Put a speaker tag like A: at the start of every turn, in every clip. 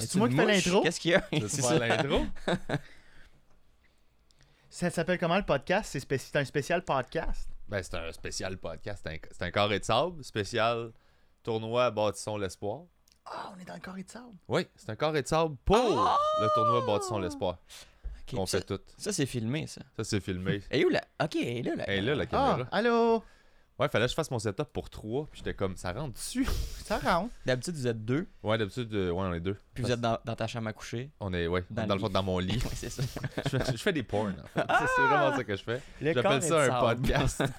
A: C'est moi qui fais l'intro.
B: Qu'est-ce qu'il y a?
C: C'est ça l'intro.
A: Ça s'appelle comment le podcast C'est spéci- c'est un spécial podcast.
C: Ben, c'est un spécial podcast. C'est un, c'est un carré de sable spécial tournoi Bâtissons l'espoir.
A: Ah, on est dans le corps de sable.
C: Oui, c'est un carré de sable pour le tournoi Bâtissons l'espoir
B: Ok,
C: qu'on
B: Ah! ça,
C: fait tout.
B: ça, c'est filmé, ça.
C: Ça, c'est filmé.
B: Et où la... Ok, elle est là, la...
C: Et là, la
A: Ah,
C: caméra.
A: allô
C: Ouais, fallait que je fasse mon setup pour trois. Puis j'étais comme, ça rentre dessus.
A: Ça rentre.
B: D'habitude, vous êtes deux,
C: Ouais, d'habitude, euh, ouais, on est deux.
B: puis vous êtes dans, dans ta chambre à coucher.
C: On est, ouais,
B: Dans le
C: dans, le fond,
B: lit.
C: dans mon lit.
B: Ouais, c'est ça.
C: je, fais, je fais des porns, en fait. Ça, C'est vraiment ça que je fais.
B: Le corps
C: J'appelle ça
B: est
C: un
B: de sable.
C: podcast.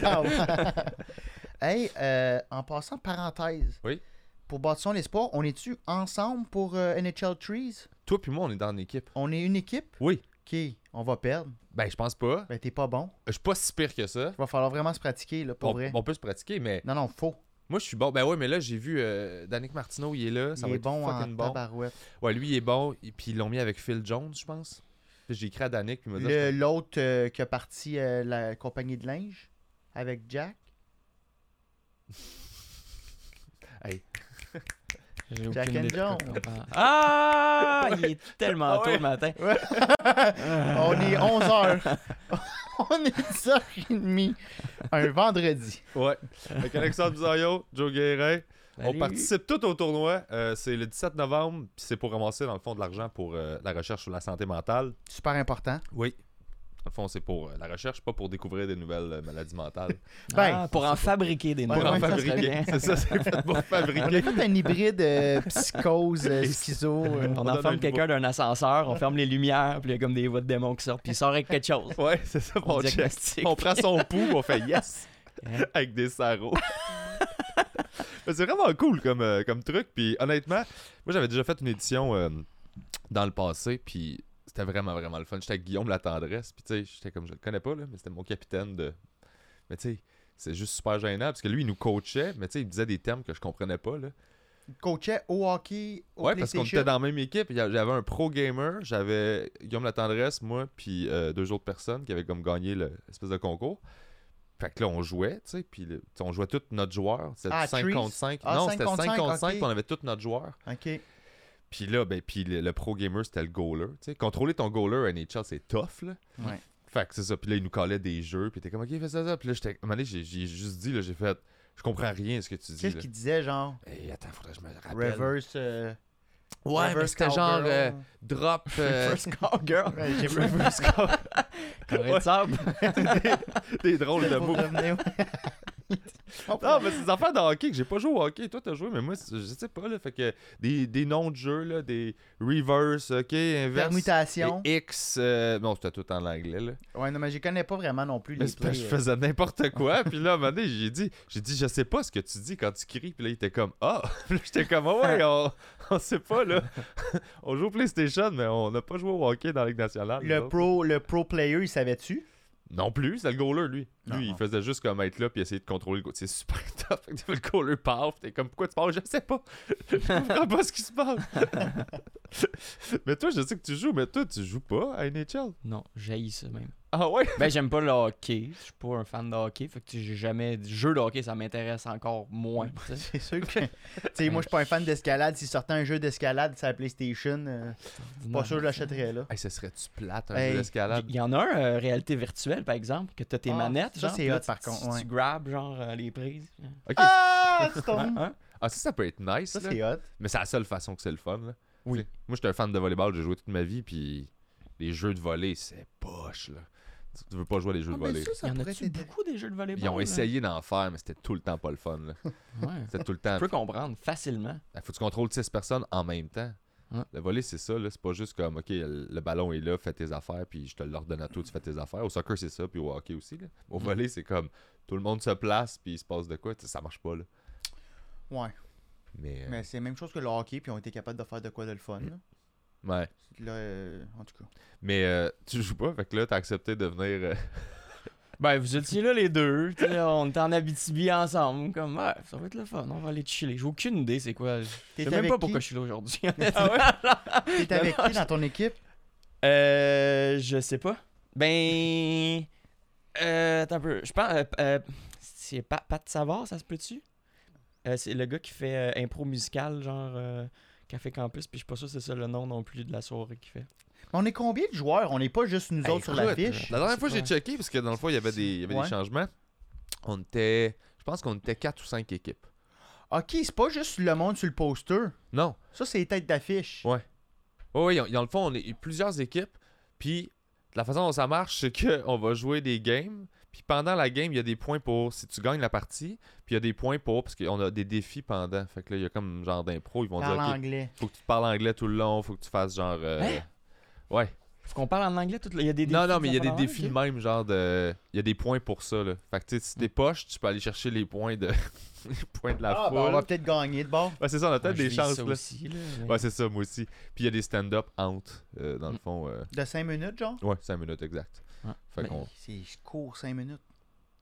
A: Corps de sable. hey, euh, en passant parenthèse.
C: Oui.
A: Pour Bâtissons l'espoir, on est-tu ensemble pour euh, NHL Trees
C: Toi puis moi, on est dans une équipe.
A: On est une équipe
C: Oui.
A: Ok, on va perdre.
C: Ben, je pense pas.
A: Ben, t'es pas bon.
C: Je suis pas si pire que ça.
A: Il va falloir vraiment se pratiquer, là, pour
C: On,
A: vrai.
C: on peut se pratiquer, mais
A: Non, non, faux.
C: moi, je suis bon. Ben ouais, mais là, j'ai vu euh, Danick Martineau, il est là. Ça
A: Il
C: va
A: est
C: être
A: bon en
C: fucking bon.
A: tabarouette.
C: Ouais, lui, il est bon. Et Puis ils l'ont mis avec Phil Jones, je pense. Puis J'ai écrit à Danick, puis il m'a dit.
A: Le- L'autre euh, qui a parti euh, la compagnie de linge avec Jack.
B: J'ai
A: Jack
B: aucune
A: and
B: idée de
A: Jones.
B: quoi on parle. Ah! Il est tellement
C: Ah
B: tôt
C: ouais.
B: le matin.
A: On est 11h. On est 10h30. Un vendredi.
C: Ouais. Avec Alexandre Bisaillot, Joe Guérin.
B: Salut.
C: On participe tout au tournoi. Euh, c'est le 17 novembre, puis c'est pour ramasser, dans le fond, de l'argent pour euh, la recherche sur la santé mentale.
A: Super important.
C: Oui. Dans le fond, c'est pour euh, la recherche, pas pour découvrir des nouvelles euh, maladies mentales.
A: Ben,
B: Ah, pour en fabriquer des
A: Ouais,
B: nouvelles.
C: pour
A: ouais,
C: en
A: ça serait
C: fabriquer. C'est ça, c'est fait pour
A: On a
C: fabriquer.
A: fait un hybride euh, psychose, euh, schizo. euh.
B: On
C: On donne
B: enferme
C: un
B: quelqu'un d'un ascenseur, on ferme les lumières, puis il y a comme des voix de démons qui sortent, puis il sort avec quelque chose.
C: Ouais, c'est ça,
B: Oh, On
C: on check.
B: diagnostique.
C: On prend son pouls, on fait yes
B: Hein?
C: avec des sarraux. Mais c'est vraiment cool comme, euh, comme truc. Puis honnêtement, moi j'avais déjà fait une édition euh, dans le passé, puis c'était vraiment vraiment le fun. J'étais avec Guillaume la tendresse, puis tu sais, j'étais comme je le connais pas là, mais c'était mon capitaine de. Mais tu sais, c'est juste super gênant parce que lui il nous coachait, mais tu sais, il disait des termes que je comprenais pas là.
A: Coachait au hockey, au
C: ouais, parce qu'on
A: PlayStation.
C: était dans la même équipe. Il y a- J'avais un pro gamer, j'avais Guillaume la tendresse, moi, puis euh, deux autres personnes qui avaient comme gagné le- l'espèce de concours. Fait que là, on jouait, tu sais, puis le- tu sais, on jouait tous notre joueur. C'était
A: Ah,
C: 5
A: Trees?
C: contre 5.
A: Ah,
C: non,
A: cinq
C: c'était 5
A: contre cinq,
C: contre 5,
A: ok.
C: puis on avait tous notre joueur.
A: OK.
C: Puis là, ben, puis le, le pro gamer, c'était le goaler. tu sais. Contrôler ton goaler à NHL, c'est tough, là.
A: Ouais.
C: Fait que c'est ça. Puis là, il nous collait des jeux, puis t'es comme, OK, fais ça, ça. Puis là, j'étais- à un moment donné, j'ai j'ai juste dit, là, j'ai fait, je comprends rien à ce que tu dis.
A: Qu'est-ce
C: Là.
A: qu'il disait, genre
C: Hey, attends, faudrait que je me rappelle.
A: reverse. euh,
C: Ouais, mais
A: reverse
C: c'était genre
A: cowgirl.
C: euh, drop. euh,
B: First call girl.
A: Ouais, j'ai reverse
B: Carré de sable.
C: Des drôles de
A: pour
C: mots.
A: revenir. Oh,
C: Non, mais c'est des affaires de hockey que j'ai pas joué au hockey. Toi, t'as joué, mais moi, c'est- je sais pas, là. Fait que des, des noms de jeux, là, des reverse, ok, inverse.
A: Permutation.
C: des X. euh, non, c'était tout en anglais, là.
A: Ouais, non, mais je connais pas vraiment non plus
C: Mais
A: les
C: c'est parce que
A: plays,
C: je
A: euh.
C: faisais n'importe quoi. Puis là, à un moment donné, j'ai dit, j'ai dit, je sais pas ce que tu dis quand tu cries. Puis là, il était comme, ah! Puis là, j'étais comme, Ah ouais, on, on sait pas, là. on joue au PlayStation, mais on n'a pas joué au hockey dans la Ligue nationale. nous
A: Le
C: autres.
A: pro, le pro player, il savait-tu?
C: Non plus, c'est le goaler, lui.
A: Non,
C: Lui,
A: non.
C: il faisait juste comme être là puis essayer de contrôler le goal. C'est super top. Fait que t'as vu le goaler part, pis t'es comme, pourquoi tu pars? Je sais pas. Je comprends pas ce qui se passe. mais toi, je sais que tu joues, mais toi, tu joues pas à NHL.
B: Non, j'haïs ça même.
C: Ah ouais?
B: Ben, j'aime pas le hockey. Je suis pas un fan de hockey. Fait que tu- j'ai jamais. Jeu de hockey, ça m'intéresse encore moins. tu sais.
A: C'est sûr que. tu sais, moi, je suis pas un fan d'escalade. S'il sortait un jeu d'escalade sur la PlayStation, euh, pas
B: Non.
A: sûr que je l'achèterais, là.
C: Hey, ça serait-tu plate, un
A: Hey,
C: jeu d'escalade?
B: Il y en a un, euh, réalité virtuelle, par exemple, que t'as tes
A: Ah,
B: manettes.
A: ça,
B: genre,
A: c'est
B: puis là,
A: hot,
B: tu-
A: par
B: tu-
A: contre,
B: Tu,
A: ouais.
B: grabes, genre, euh, les prises.
C: Ok. Ah,
A: Ah! Tu tombes!
B: Hein?
C: ça, ça peut être nice.
A: Ça,
C: là.
A: c'est hot.
C: Mais c'est la seule façon que c'est le fun. Là.
B: Oui.
C: T'sais, Moi, j'étais un fan de volleyball, j'ai joué toute ma vie, puis les jeux de volley, c'est poche. Là. Tu- Tu veux pas jouer à des
A: Ah,
C: jeux de volley.
B: Il y en a-tu beaucoup des jeux de volleyball?
C: Ils ont
A: hein.
B: là?
C: essayé d'en faire, mais c'était tout le temps pas le fun. là.
B: Ouais.
C: C'était tout le temps.
B: Je peux comprendre facilement.
C: Il Ben, faut que tu contrôles 6 personnes en même temps.
B: Ouais.
C: Le volet, c'est ça. là. C'est pas juste comme, OK, le le ballon est là, fais tes affaires, puis je te l'ordonne à toi, tu fais tes affaires. Au soccer, c'est ça, puis au hockey aussi. là. Au
B: Mm.
C: volet, c'est comme, tout le monde se place, puis il se passe de quoi. tu sais, Ça marche pas. Là.
A: Ouais,
C: Mais, euh,
A: mais c'est la même chose que le hockey, puis on était capable de faire de quoi de le fun. Là,
C: ouais.
A: Là, euh, en tout cas.
C: mais euh, tu joues pas, fait que là, t'as accepté de venir. euh,
B: Ben, vous étiez là les deux. tu sais, on était en Abitibi ensemble. Comme, ouais, ça va être le fun. On va aller chiller. J'ai aucune idée c'est quoi. Je
A: T'es
B: sais même
A: avec
B: pas
A: qui?
B: pourquoi je suis là aujourd'hui.
A: T'es avec qui dans ton équipe?
B: euh, je sais pas. Ben. Euh, attends un peu. Je pense. euh, euh, c'est pas, Pat Savard, ça se peut-tu? Euh, c'est le gars qui fait euh, impro musical, genre. euh, Café Campus, puis je suis pas sûr que c'est ça le nom non plus de la soirée qu'il fait.
A: On est combien de joueurs On n'est pas juste nous
C: Hey,
A: autres sur la
C: écoute,
A: fiche.
C: La dernière fois, j'ai
B: Ouais.
C: checké parce que dans le fond, il y avait des, il y avait
A: Ouais.
C: des changements. On était. Je pense qu'on était 4 ou 5 équipes.
A: Ok, c'est pas juste le monde sur le poster.
C: Non.
A: Ça, c'est les têtes d'affiche.
C: Ouais. Oui, oui, dans le fond, on est plusieurs équipes. Puis la façon dont ça marche, c'est qu'on va jouer des games. Puis pendant la game, il y a des points pour si tu gagnes la partie. Puis il y a des points pour. Parce qu'on a des défis pendant. Fait que là, il y a comme genre d'impro. Ils vont
A: Parle
C: dire OK,
A: anglais.
C: faut que tu parles anglais tout le long. Faut que tu fasses genre. euh,
B: Hein?
C: Ouais.
B: Faut qu'on parle en anglais tout le... Il y a des
C: non,
B: défis
C: non, mais il y a des
B: affaires,
C: défis
B: ok.
C: de même, genre de. Il y a des points pour ça, là. Fait que tu sais, si
B: Mm.
C: t'es poche, tu peux aller chercher les points de. les points de la
A: Ah,
C: foule.
A: ben, on va peut-être gagner de bord.
C: Ouais, c'est ça, on a
B: Ouais,
C: peut-être
B: je
C: des
B: vis
C: chances,
B: ça
C: là.
B: aussi, là, mais-
C: Ouais, c'est ça, moi aussi. Puis il y a des stand-up out, euh, dans le
B: Mm.
C: fond. euh,
A: De 5 minutes, genre
C: Ouais, 5 minutes exact.
B: Ouais. Ben,
C: Fait
B: Mais-
C: qu'on.
A: C'est court 5 minutes.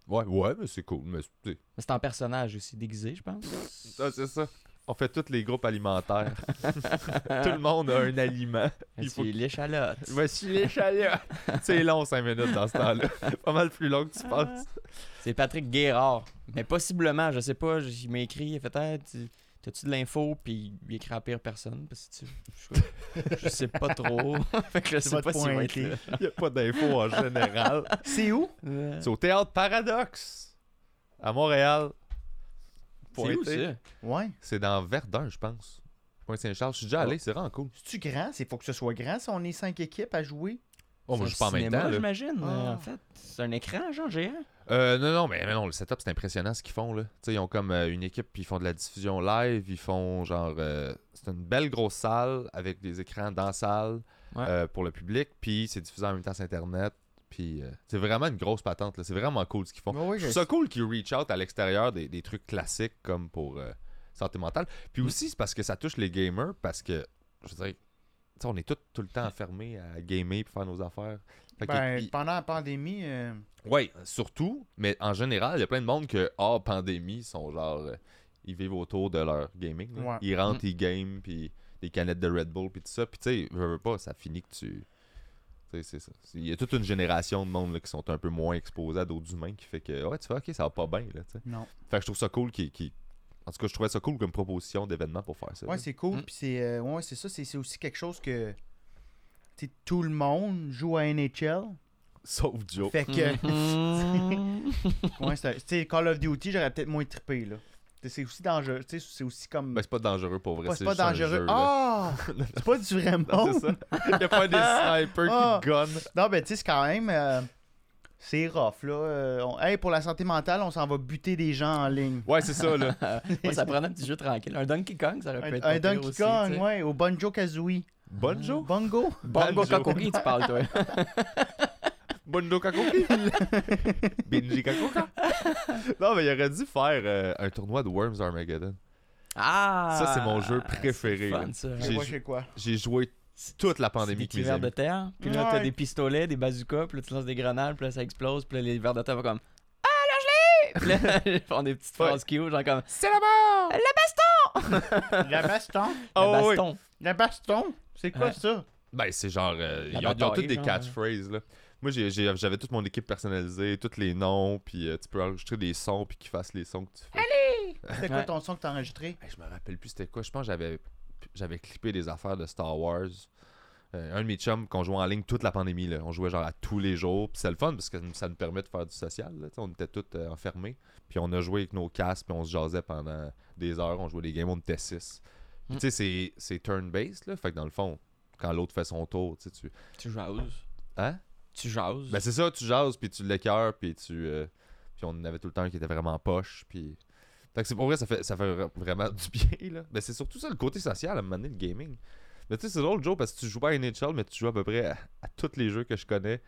C: Ouais, ouais, mais c'est cool. Mais c'est- tu sais,
B: Mais c'est en personnage aussi, déguisé, je pense.
C: ça, c'est ça. On fait tous les groupes alimentaires. Tout le monde a un aliment. Il
B: Il
C: faut
B: faut l'échalote.
C: Voici les chalets. c'est long, 5 minutes dans ce temps-là. Pas mal plus long que tu penses.
B: Ah. C'est Patrick Guérard. Mais possiblement, je sais pas, j- il m'a écrit, il a fait hey, tu- T'as-tu de l'info? Puis il écrit à la pire personne. Parce que tu- je, je sais pas trop. fait que je sais
A: votre
B: pas si va être
A: pointé.
B: là.
C: Il n'y a pas d'infos en général.
A: Ah. C'est où
B: Euh,
C: C'est au théâtre Paradoxe à Montréal.
B: C'est où
C: Pointé.
B: ça?
A: Ouais.
C: C'est dans Verdun, je pense. Point Saint-Charles, je suis
B: Oh.
C: déjà allé, c'est vraiment cool.
A: C'est-tu grand C'est faut que ce soit grand si on est 5 équipes à jouer.
C: Oh, moi,
B: C'est
C: je suis pas
B: un
C: en même
B: cinéma,
C: temps. là.
B: j'imagine. euh,
A: Ah.
B: En fait, c'est un écran, genre géant.
C: Euh, non, non, mais, mais non, le setup, c'est impressionnant ce qu'ils font. Là. Tu sais, Ils ont comme euh, une équipe, puis ils font de la diffusion live. Ils font genre. euh, c'est une belle grosse salle avec des écrans dans la salle
B: Ouais.
C: euh, pour le public, puis c'est diffusé en même temps sur Internet. Puis euh, c'est vraiment une grosse patente. là. C'est vraiment cool ce qu'ils font.
A: Ouais, ouais,
C: Je
A: je-
C: trouve ça cool qu'ils reach out à l'extérieur des, des trucs classiques comme pour euh, santé mentale. Puis
B: Mm.
C: aussi, c'est parce que ça touche les gamers, parce que, je veux dire, tu sais, on est tout, tout le temps enfermés à gamer et faire nos affaires. Fait que-
A: Mm. Ben,
C: il-
A: pendant la pandémie, euh,
C: ouais, surtout, mais en général, il y a plein de monde que, hors pandémie, sont genre, euh, ils vivent autour de leur gaming. là.
A: Ouais.
C: Ils rentrent, ils game, puis des canettes de Red Bull, puis tout ça. Puis tu sais, veux, veux pas, ça finit que tu. tu sais, c'est ça. C'est- Il y a toute une génération de monde là, qui sont un peu moins exposés à d'autres humains qui fait que, ah ouais, tu fais, ok, ça va pas bien, là, tu sais.
A: non.
C: Fait que je trouve ça cool qui. En tout cas, je trouvais ça cool comme proposition d'événement pour faire ça.
A: Ouais,
C: là.
A: c'est cool.
B: Mm.
A: Puis c'est euh, ouais, c'est ça. C'est c'est aussi quelque chose que tu sais, tout le monde joue à NHL.
C: Sauf Joe.
A: Fait que,
B: Mhm.
C: Mm-hmm.
A: ouais, c'est un- tu sais, Call of Duty, j'aurais peut-être moins trippé, là. Tu sais, C'est aussi dangereux. tu sais, C'est aussi comme.
C: Ben, c'est pas dangereux pour vrai.
A: Ouais, c'est pas
C: juste un
A: dangereux.
C: jeu, là.
A: Ah! c'est pas du vrai
C: Non,
A: monde.
C: c'est ça. Il y a pas des snipers
A: Ah.
C: qui gunnent.
A: Non, ben, tu sais, c'est quand même. euh, c'est rough, là. Euh, on- Hey, pour la santé mentale, on s'en va buter des gens en ligne.
C: Ouais, c'est ça, là.
B: Moi, ça prendrait un petit jeu tranquille. Un Donkey Kong, ça aurait pu
A: Un,
B: être
A: un
B: pas pire
A: Donkey
B: aussi,
A: Kong,
B: tu sais.
A: ouais, au Banjo Kazooie.
C: Bonjour.
A: Bongo.
B: Bongo
C: Banjo.
B: Kokori, tu parles, toi.
C: Bonjour Kakoki. Benji Kakoka. Non, mais il aurait dû faire euh, un tournoi de Worms Armageddon.
B: Ah!
C: Ça, c'est mon jeu
B: c'est
C: préféré,
B: fun,
C: là.
B: ça.
A: Je
C: J'ai
A: vois
C: ju-
A: c'est quoi.
C: J'ai joué toute la
B: C'est des
C: pandémie avec
B: petits
C: mes
B: vers de
C: amis.
B: terre. Puis là, t'as
A: Ouais.
B: des pistolets, des bazookas, puis là, tu lances des grenades, puis là, ça explose, puis là, les vers de terre vont comme Ah, là, je l'ai! Puis là, ils font des petites
C: Ouais.
B: phrases cute, genre comme
C: C'est la mort!
A: La baston.
B: Le
C: Oh, oui.
B: baston.
A: La baston. C'est quoi
B: Ouais.
A: ça?
C: Ben, c'est genre. euh, ils,
B: La
C: ont, ils ont
B: bataille,
C: toutes des
B: genre,
C: catchphrases, là. Moi, j'ai- j'ai- j'avais toute mon équipe personnalisée, tous les noms, puis euh, tu peux enregistrer des sons, puis qu'ils fassent les sons que tu fais.
A: C'était quoi
B: Ouais.
A: ton son que t'as enregistré?
C: Hey, je me rappelle plus c'était quoi. Je pense que j'avais, j'avais clippé des affaires de Star Wars. Euh, un de mes chums qu'on jouait en ligne toute la pandémie, là. On jouait genre à tous les jours, puis c'est le fun, parce que ça nous permet de faire du social, là. Tu sais, On était tous euh, enfermés, puis on a joué avec nos casques, puis on se jasait pendant des heures, on jouait des games, on était six. Puis
B: Mm.
C: tu sais, c'est, c'est turn-based, là. Fait que dans le fond, quand l'autre fait son tour, tu sais, tu...
B: Tu jases.
C: Hein?
B: Tu jases.
C: Ben c'est ça, tu jases, puis tu l'écœures, puis tu... euh, puis on en avait tout le temps qui était vraiment poche, puis... Fait que c'est pour vrai, ça fait, ça fait vra- vraiment du bien, là. Mais c'est surtout ça, le côté social, à un moment donné, le gaming. Mais tu sais, c'est drôle, Joe, parce que tu joues pas à NHL, mais tu joues à peu près à, à tous les jeux que je connais.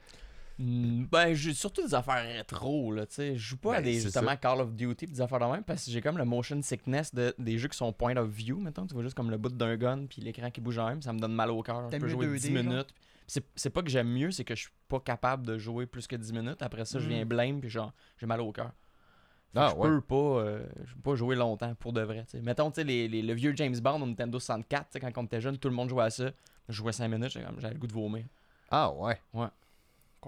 B: Mm, ben, j'ai surtout des affaires rétro, là, tu sais. Je joue pas à
C: Ben,
B: des,
C: c'est
B: justement,
C: ça.
B: Call of Duty pis des affaires de même parce que j'ai comme le motion sickness de, des jeux qui sont point of view, mettons. Tu vois juste comme le bout d'un gun puis l'écran qui bouge en même, ça me donne mal au cœur. Je
A: T'aimes
B: peux
A: mieux
B: jouer
A: 2D,
B: 10
A: genre?
B: minutes. Pis C'est c'est pas que j'aime mieux, c'est que je suis pas capable de jouer plus que 10 minutes. Après ça, je
A: Mm.
B: viens blame puis genre, j'ai mal au cœur. Fait que
C: Ah,
B: je
C: ouais.
B: peux pas, euh, je peux pas jouer longtemps pour de vrai. tu sais. Mettons, tu sais, les, les- le vieux James Bond au Nintendo 64, tu sais, quand on était jeune, tout le monde jouait à ça. Je jouais 5 minutes, j'étais comme, j'avais le goût de vomir.
C: Ah ouais.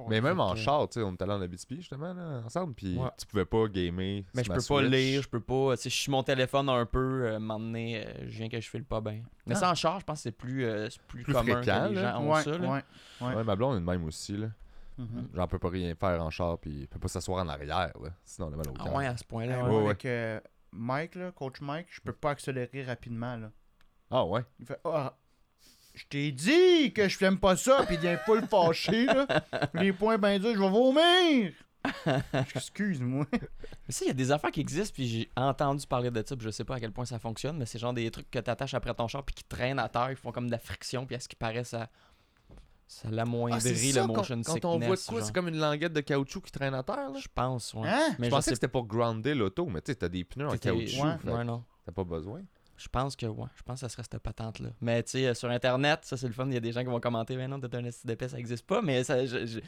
C: Mais même en
B: Fait que-
C: char, tu sais, on est allé en Abitibi justement, là, ensemble, puis
B: Ouais.
C: tu pouvais pas gamer.
B: Mais je
C: sur
B: peux
C: ma
B: pas
C: Switch.
B: lire, je peux pas. Tu sais, je suis mon téléphone un peu, euh, m'emmener, euh, je viens que je file pas bien. Mais
A: Ah.
B: ça en charge, je pense que c'est plus, euh, c'est plus,
C: Plus
B: commun
C: fréquent,
B: que les
C: là.
B: gens ont
A: ouais,
B: Ah, ça. là.
A: ouais.
C: Ouais. ma blonde est de même aussi, là.
A: Mhm.
C: J'en peux pas rien faire en char, puis elle peut pas s'asseoir en arrière, là. Sinon, on a mal au
B: Ah
C: cœur.
B: ouais, à ce point-là.
A: Hey,
B: ouais.
A: moi,
C: ouais.
A: avec euh, Mike, là, coach Mike, je peux pas accélérer rapidement. Là.
C: Ah ouais?
A: Il fait Ah, je t'ai dit que je n'aime pas ça, puis il vient pas le fâcher. Là. Les points ben durs, je vais vomir. Excuse-moi.
B: Mais ça, il y a des affaires qui existent, puis j'ai entendu parler de ça, puis je sais pas à quel point ça fonctionne, mais c'est genre des trucs que t'attaches après ton char, puis qui traînent à terre, qui font comme de la friction, puis à ce qui paraît, ça, ça l'amoindrit le motion
C: Ah, quand,
B: sickness.
C: on voit de quoi,
B: genre.
C: c'est comme une languette de caoutchouc qui traîne à terre, là.
B: Je pense, ouais.
A: Hein?
B: Mais je
C: je pensais
B: sais
C: que c'était pour grounder l'auto, mais tu sais, t'as des pneus en
B: T'étais-
C: caoutchouc.
A: ouais,
C: fait
B: ouais,
C: que
B: non.
C: T'as pas besoin.
B: Je pense que ouais, je pense que ça serait cette patente là. Mais tu sais euh, sur internet, ça c'est le fun, il y a des gens qui vont commenter "Ben non, t'es un esti d'épais, ça existe pas" mais ça je- je-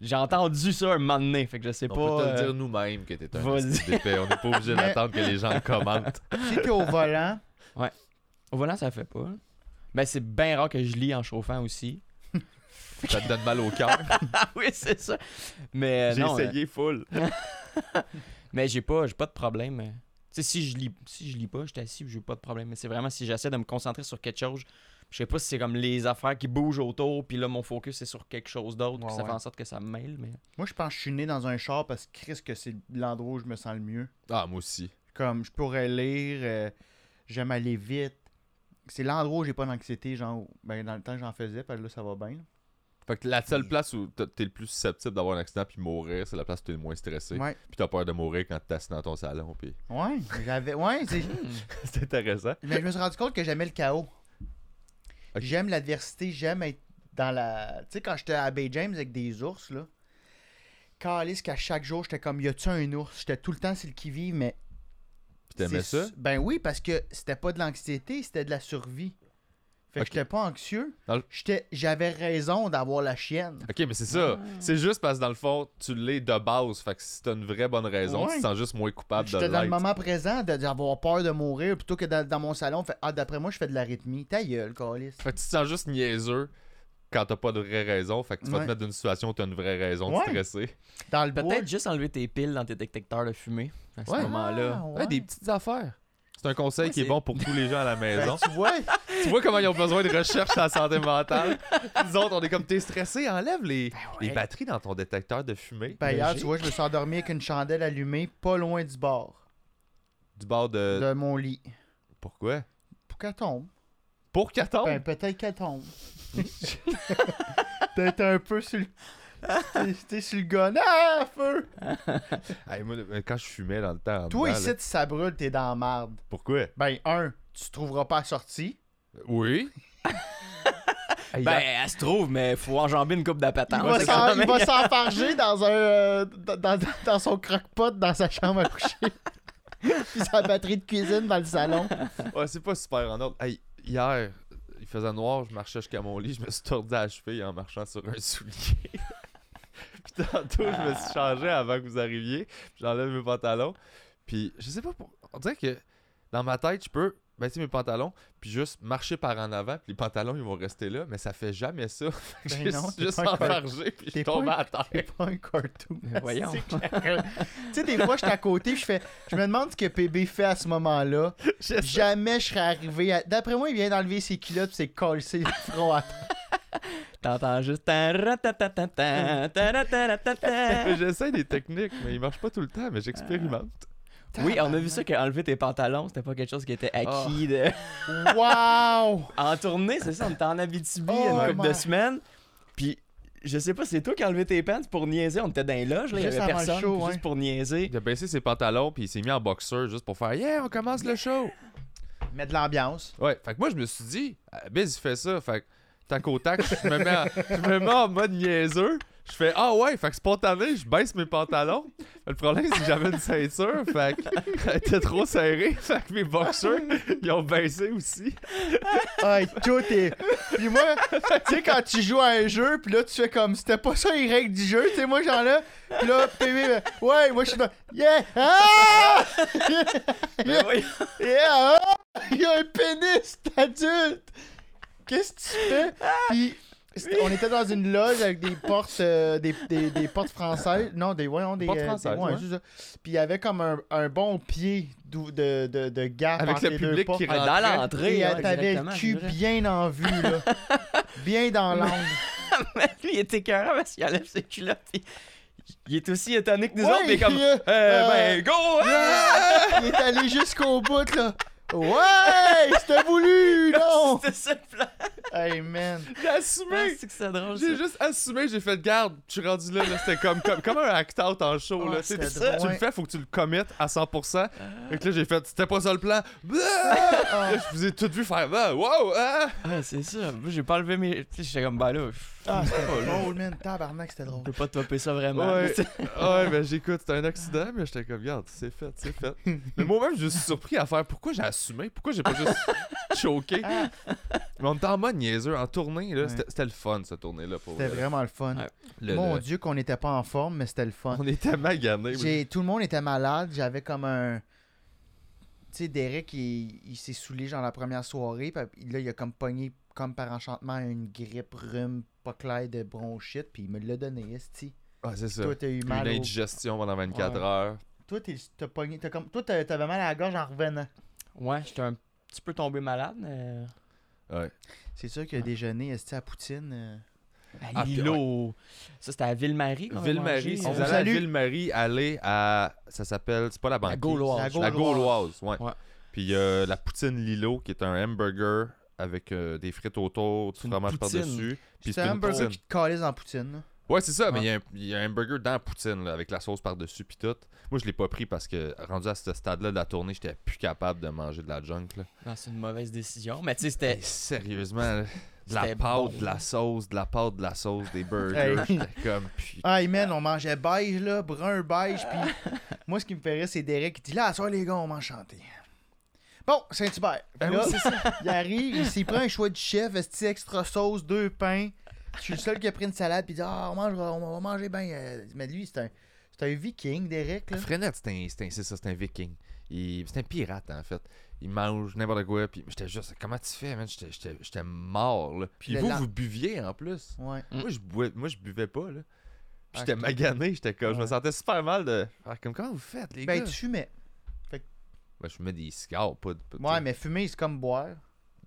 B: j'ai entendu ça un moment donné, fait que je sais
C: On
B: pas.
C: peut te le
B: euh,
C: dire nous-mêmes que t'es un
B: vas-y.
C: esti d'épais. On n'est pas obligé
A: Mais-
C: d'attendre que les gens commentent.
A: Si t'es au volant,
B: Au volant ça fait pas. Mais c'est bien rare que je lis en chauffant aussi.
C: Ça te donne mal au cœur.
B: Ah oui, c'est ça. Mais euh,
C: J'ai
B: non, euh,
C: essayé full.
B: mais j'ai pas j'ai pas de problème. euh. Tu sais si je lis si je lis pas, je suis assis, puis j'ai pas de problème, mais c'est vraiment si j'essaie de me concentrer sur quelque chose, je sais pas si c'est comme les affaires qui bougent autour, puis là mon focus est sur quelque chose d'autre,
A: Ouais,
B: puis ça
A: ouais.
B: fait en sorte que ça me mêle mais
A: moi, je pense que je suis né dans un char parce que Chris, que c'est l'endroit où je me sens le mieux.
C: Ah, moi aussi.
A: Comme je pourrais lire, euh, j'aime aller vite. C'est l'endroit où j'ai pas d'anxiété, genre, ben, dans le temps que j'en faisais, parce que là, ça va bien. là.
C: Fait que la seule place où t'as- t'es le plus susceptible d'avoir un accident puis mourir, c'est la place où t'es le moins stressé.
A: Ouais,
C: Puis t'as peur de mourir quand t'es assis dans ton salon. Puis...
A: ouais, j'avais. Ouais, c'est-
C: c'est intéressant.
A: Mais je me suis rendu compte que j'aimais le chaos.
C: Ok.
A: J'aime l'adversité, j'aime être dans la. Tu sais, quand j'étais à Bay James avec des ours, là, calice qu'à chaque jour, j'étais comme, y a-tu un ours J'étais tout le temps, c'est le qui vive, mais.
C: Puis t'aimais
A: c'est-
C: ça?
A: Ben oui, parce que c'était pas de l'anxiété, c'était de la survie. Fait
C: Ok.
A: que j'étais pas anxieux.
C: Dans le-
A: J'étais- J'avais raison d'avoir la chienne.
C: Ok, mais c'est ça.
A: Ah.
C: C'est juste parce que dans le fond, tu l'es de base. Fait que si t'as une vraie bonne raison,
A: Ouais.
C: tu te sens juste moins coupable de
A: J'étais dans le
C: l'être.
A: moment présent de- d'avoir peur de mourir plutôt que dans, dans mon salon. Fait, ah, d'après moi, je fais de l'arythmie. Ta gueule, calice.
C: Fait que tu te sens juste niaiseux quand t'as pas de vraie raison. Fait que tu vas
A: Ouais.
C: te mettre dans une situation où t'as une vraie raison
A: Ouais.
C: de stresser.
A: Dans le bois.
B: Peut-être juste enlever tes piles dans tes détecteurs de fumée à ce
C: Ouais.
B: moment-là.
A: Ah, ouais.
C: Ouais, des petites affaires. C'est un conseil
B: Ouais,
C: qui est
B: c'est-
C: bon pour tous les gens à la
A: Ben,
C: maison.
A: tu vois,
C: tu vois comment ils ont besoin de recherche sur la santé mentale. Nous autres, on est comme t'es stressé, enlève les, les batteries dans ton détecteur de fumée.
A: Ben, hier,
B: Logique.
A: tu vois, je me suis endormi avec une chandelle allumée pas loin du bord
C: Du bord de.
A: de mon lit.
C: Pourquoi
A: Pour qu'elle tombe.
C: Pour 14
A: Ben, peut-être qu'elle tombe. T'es un peu sur le. t'es- T'es sur le gun. Ah, feu!
C: Hey, moi, le- quand je fumais dans le temps. en
A: Toi,
C: dedans,
A: ici,
C: Ben, là,
A: si ça brûle, t'es dans la marde.
C: Pourquoi
A: Ben, un, tu trouveras pas la sortie.
C: Oui.
A: Ah,
C: Hey,
B: Ben,
C: hier-
B: elle se trouve, mais faut enjamber une coupe de
A: Il
B: patente.
A: va
B: C'est
A: s'en-
B: quand
A: il
B: même-
A: va s'enfarger dans un. euh, dans, dans- dans son croque-pot dans sa chambre à coucher. Puis sa batterie de cuisine dans le salon.
C: Ouais, c'est pas super en ordre. Hey, hier, il faisait noir, je marchais jusqu'à mon lit, je me suis tordu à la cheville en marchant sur un soulier. puis tantôt, je me suis changé avant que vous arriviez. J'enlève mes pantalons. Puis je sais pas pour... On dirait que dans ma tête, je peux baisser mes pantalons, puis juste marcher par en avant, puis les pantalons, ils vont rester là, mais ça fait jamais ça. Fait que
A: Ben
C: je
A: non,
C: suis
A: t'es
C: juste
A: pas un Ben cor-
C: enfargé, puis je
A: t'es pas
C: tombe
A: un-
C: à terre.
A: C'est pas un cartoon.
B: Mais voyons.
A: tu sais, des fois, je suis à côté, je fais, je me demande ce que PB fait à ce moment-là.
C: Je-
A: Jamais je serais arrivé. À... D'après moi, il vient d'enlever ses culottes et s'est collé le front à terre.
B: T'entends juste. taratatatata, taratatata.
C: J'essaie des techniques, mais ils marchent pas tout le temps, mais j'expérimente.
B: oui, on a vu ça qu'enlever tes pantalons, c'était pas quelque chose qui était
A: Oh.
B: acquis. de-
A: Wow!
B: En tournée, c'est ça, on était en Abitibi il y a
A: Oh
B: une couple
A: my-
B: de semaines. Puis, je sais pas, c'est toi qui as enlevé tes pants pour niaiser. On était dans les loges, là, il y
A: Juste
B: avait
A: avant le
B: personne.
A: show,
B: puis
A: ouais.
B: Juste pour niaiser.
C: Il a baissé ses pantalons puis il s'est mis en boxeur juste pour faire Yeah, on commence le show!
A: Mettre de l'ambiance.
C: Ouais, fait que moi je me suis dit, Ah, Biz il fait ça, fait que tac au tac, je me mets en, je me mets en mode niaiseux. Je fais Ah ouais, fait que spontané, je baisse mes pantalons. Mais le problème c'est que j'avais une ceinture, fait que elle était trop serrée, fait que mes boxeurs ils ont baissé aussi.
A: Hey, tout est. Puis moi, tu sais, quand tu joues à un jeu, puis là, tu fais comme c'était pas ça les règles du jeu, tu sais, moi, genre là, puis là, PB, ben, ouais, moi, je suis dans. Yeah! Ah!
B: Mais voyons.
A: Yeah! ah! Il y a un pénis adulte! Qu'est-ce que tu fais? Puis c'était- on était dans une loge avec des portes, euh, des, des- des portes françaises. Non, des, voyons, des,
C: Portes
A: euh, des-
C: françaises,
A: ouais,
C: ouais.
A: c'est ça. Puis il y avait comme un, un bon pied d'ou- de, de, de gap
C: Avec
A: entre
C: le
A: les deux
C: public
A: portes.
C: qui
B: Ah,
C: rentrait.
B: dans l'entrée,
A: Et
B: ouais,
A: hein, t'avais
B: exactement,
A: le cul
B: c'est vrai.
A: bien en vue, là. bien dans l'angle.
B: Lui, il était écœurant parce qu'il enlève ses culottes. puis Il est aussi étonné que nous
A: Ouais,
B: autres, mais comme.
A: il,
B: Euh,
A: euh,
B: ben, go! hein!
A: yeah! Euh, Il est allé jusqu'au bout, là. Ouais! C'était voulu, non!
B: C'était ça le plan.
A: Hey, man.
C: J'ai
B: Ah,
C: assumé.
B: C'est que c'est drôle.
C: J'ai
B: ça.
C: juste assumé, j'ai fait garde, je suis rendu là, là c'était comme, comme, comme un act-out en show.
A: Ah,
C: là. C'est
A: c'était
C: ça, tu
A: drôle.
C: le fais, faut que tu le commettes à 100%. Et que là, j'ai fait, c'était pas ça le plan. Blah!
A: Ah.
C: Là, je vous ai tout vu faire, ah, wow, ah!
B: Ah, c'est ça. Moi, j'ai pas enlevé mes. Tu sais, j'étais comme, ben là, pff,
A: Ah, c'était drôle, man. Tabarnak, c'était drôle.
B: je peux pas topper ça vraiment.
C: Ouais, ouais, ben j'écoute, c'était un accident, mais j'étais comme, regarde, c'est fait, c'est fait. Mais moi-même, je me suis surpris à faire, pourquoi j'ai assumé, pourquoi j'ai pas juste choqué.
A: Ah.
C: Mais on était en mode niaiseux, en tournée, là,
A: Ouais.
C: c'était c'était le fun, cette tournée-là, pour
A: C'était
C: vrai.
A: vraiment le fun.
B: Ouais.
C: Le-
A: Mon
C: le-
A: Dieu, qu'on n'était pas en forme, mais c'était le fun.
C: On était maganés. oui.
A: J'ai- Tout le monde était malade. J'avais comme un. Tu sais, Derek, il, il s'est saoulé genre la première soirée. Puis là, il a comme pogné, comme par enchantement, une grippe, rhume, pas clair de bronchite. Puis il me l'a donné, Esti.
C: Ah, c'est ça.
A: Toi, t'as eu
C: Une
A: mal. au-
C: indigestion pendant 24 heures.
A: Toi, t'es- t'as pogné. t'as comme... Toi, t'as- t'avais mal à la gorge en revenant.
B: Ouais, j'étais un petit peu tombé malade. mais- euh,
C: Ouais.
A: C'est sûr que déjeuner, Esti, à Poutine. euh,
B: À
C: Ah, puis
B: Lilo. Ça, c'était à Ville-Marie. qu'on a mangé.
C: Ville-Marie, si
B: On
C: vous
A: vous
C: allez à
A: salue.
C: Ville-Marie, allez à. Ça s'appelle. C'est pas la
B: À
C: banquise.
B: Gauloise.
A: La
B: je
C: La
B: crois.
C: Gauloise, ouais.
B: Ouais.
C: Puis il y a la poutine Lilo, qui est un hamburger avec euh, des frites autour, du
B: C'est une
C: fromage
B: poutine.
C: par-dessus.
A: C'est
C: Puis c'est
A: un
C: une
A: hamburger
C: poutine.
A: qui te calise en Poutine. là.
C: Ouais, c'est ça, mais
B: Ouais.
C: il y a un- il y, a un hamburger dans la poutine, là, avec la sauce par-dessus, puis tout. Moi, je l'ai pas pris parce que, rendu à ce stade-là de la tournée, j'étais plus capable de manger de la junk. Là.
B: Non, c'est une mauvaise décision. Mais tu sais,
C: Hey,
B: c'était.
C: sérieusement, là, de la
B: C'était
C: pâte,
B: bon.
C: de la sauce, de la pâte, de la sauce, des burgers.
A: Hey.
C: J'étais comme. Puis,
A: Hey man, on mangeait beige là, brun beige, puis moi ce qui me ferait c'est Derek qui dit là, soir les gars, on mange chanter. Bon, Saint-Hubert.
C: Ben
A: Là,
C: oui, c'est
A: il arrive, il s'y prend un choix du chef, esti extra sauce, deux pains. Je suis le seul qui a pris une salade puis il dit ah, on, mangera- on va manger bien. euh. Mais lui, c'est un c'est un viking Derek là.
C: Frenette, c'est un, c'est un- c'est ça, c'est un viking. Il- C'est un pirate, en fait. Il mange n'importe quoi. Puis j'étais juste, comment tu fais, man? J'étais- J'étais j'étais mort, là. Puis
A: le
C: vous,
A: lend-
C: vous buviez, en plus.
A: Ouais.
B: Mm.
C: Moi, je buvais, moi, je buvais pas, là. Puis
B: Ah,
C: j'étais
B: je-
C: magané, j'étais comme, je me
A: Ouais.
C: sentais super mal de. faire comme, comment vous faites, les
A: Ben
C: gars?
A: tu fumais.
C: Ben, je mets des cigares, pas de. pas de-
A: Ouais, mais fumer c'est comme boire,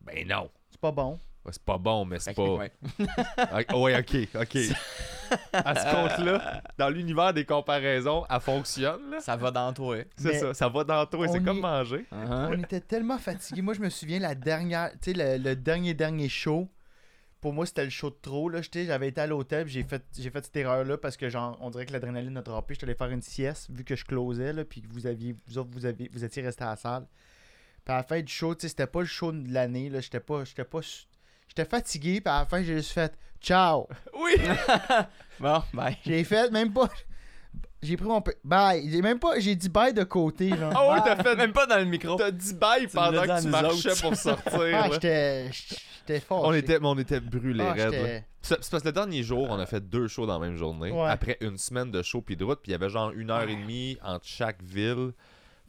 C: Ben non!
A: c'est pas bon.
C: Ouais, c'est pas bon, mais c'est pas.
B: Techniquement.
C: Ah, ouais, ok, ok. à ce compte-là, dans l'univers des comparaisons, elle fonctionne, là.
B: Ça va dans toi. hein.
C: C'est
A: Mais
C: ça, ça va dans toi,
A: on
C: c'est
A: y-
C: comme manger.
A: On était tellement fatigués. Moi, je me souviens, la dernière, tu sais, le, le dernier, dernier show, pour moi, c'était le show de trop. Là, J'étais- j'avais été à l'hôtel, puis j'ai fait, j'ai fait cette erreur-là parce que, genre, on dirait que l'adrénaline a droppé. Je allé faire une sieste vu que je closais, là, puis que vous aviez, vous autres, vous, aviez, vous étiez restés à la salle. Puis à la fin du show, tu sais, c'était pas le show de l'année, là. J'étais pas, j'étais pas, su- j'étais fatigué, puis à la fin, j'ai juste fait ciao.
C: Oui!
B: Bon, ben.
A: J'ai fait même pas. J'ai pris mon. pe- Bye. J'ai même pas. J'ai dit bye de côté, genre.
C: Ah ouais, t'as fait
B: Même pas dans le micro.
C: T'as dit bye
B: Tu l'as
C: pendant
B: dit à
C: que tu
B: nous
C: marchais
B: autres.
C: pour sortir.
A: Ah,
C: là.
A: j'étais. J'étais fort.
C: on, était, mais on était brûlés
A: Ah,
C: raides.
A: j'étais-
C: là. C'est c'est parce que le dernier jour, on a fait deux shows dans la même journée.
A: Ouais.
C: Après une semaine de show puis de route, puis il y avait genre une heure et demie entre chaque ville.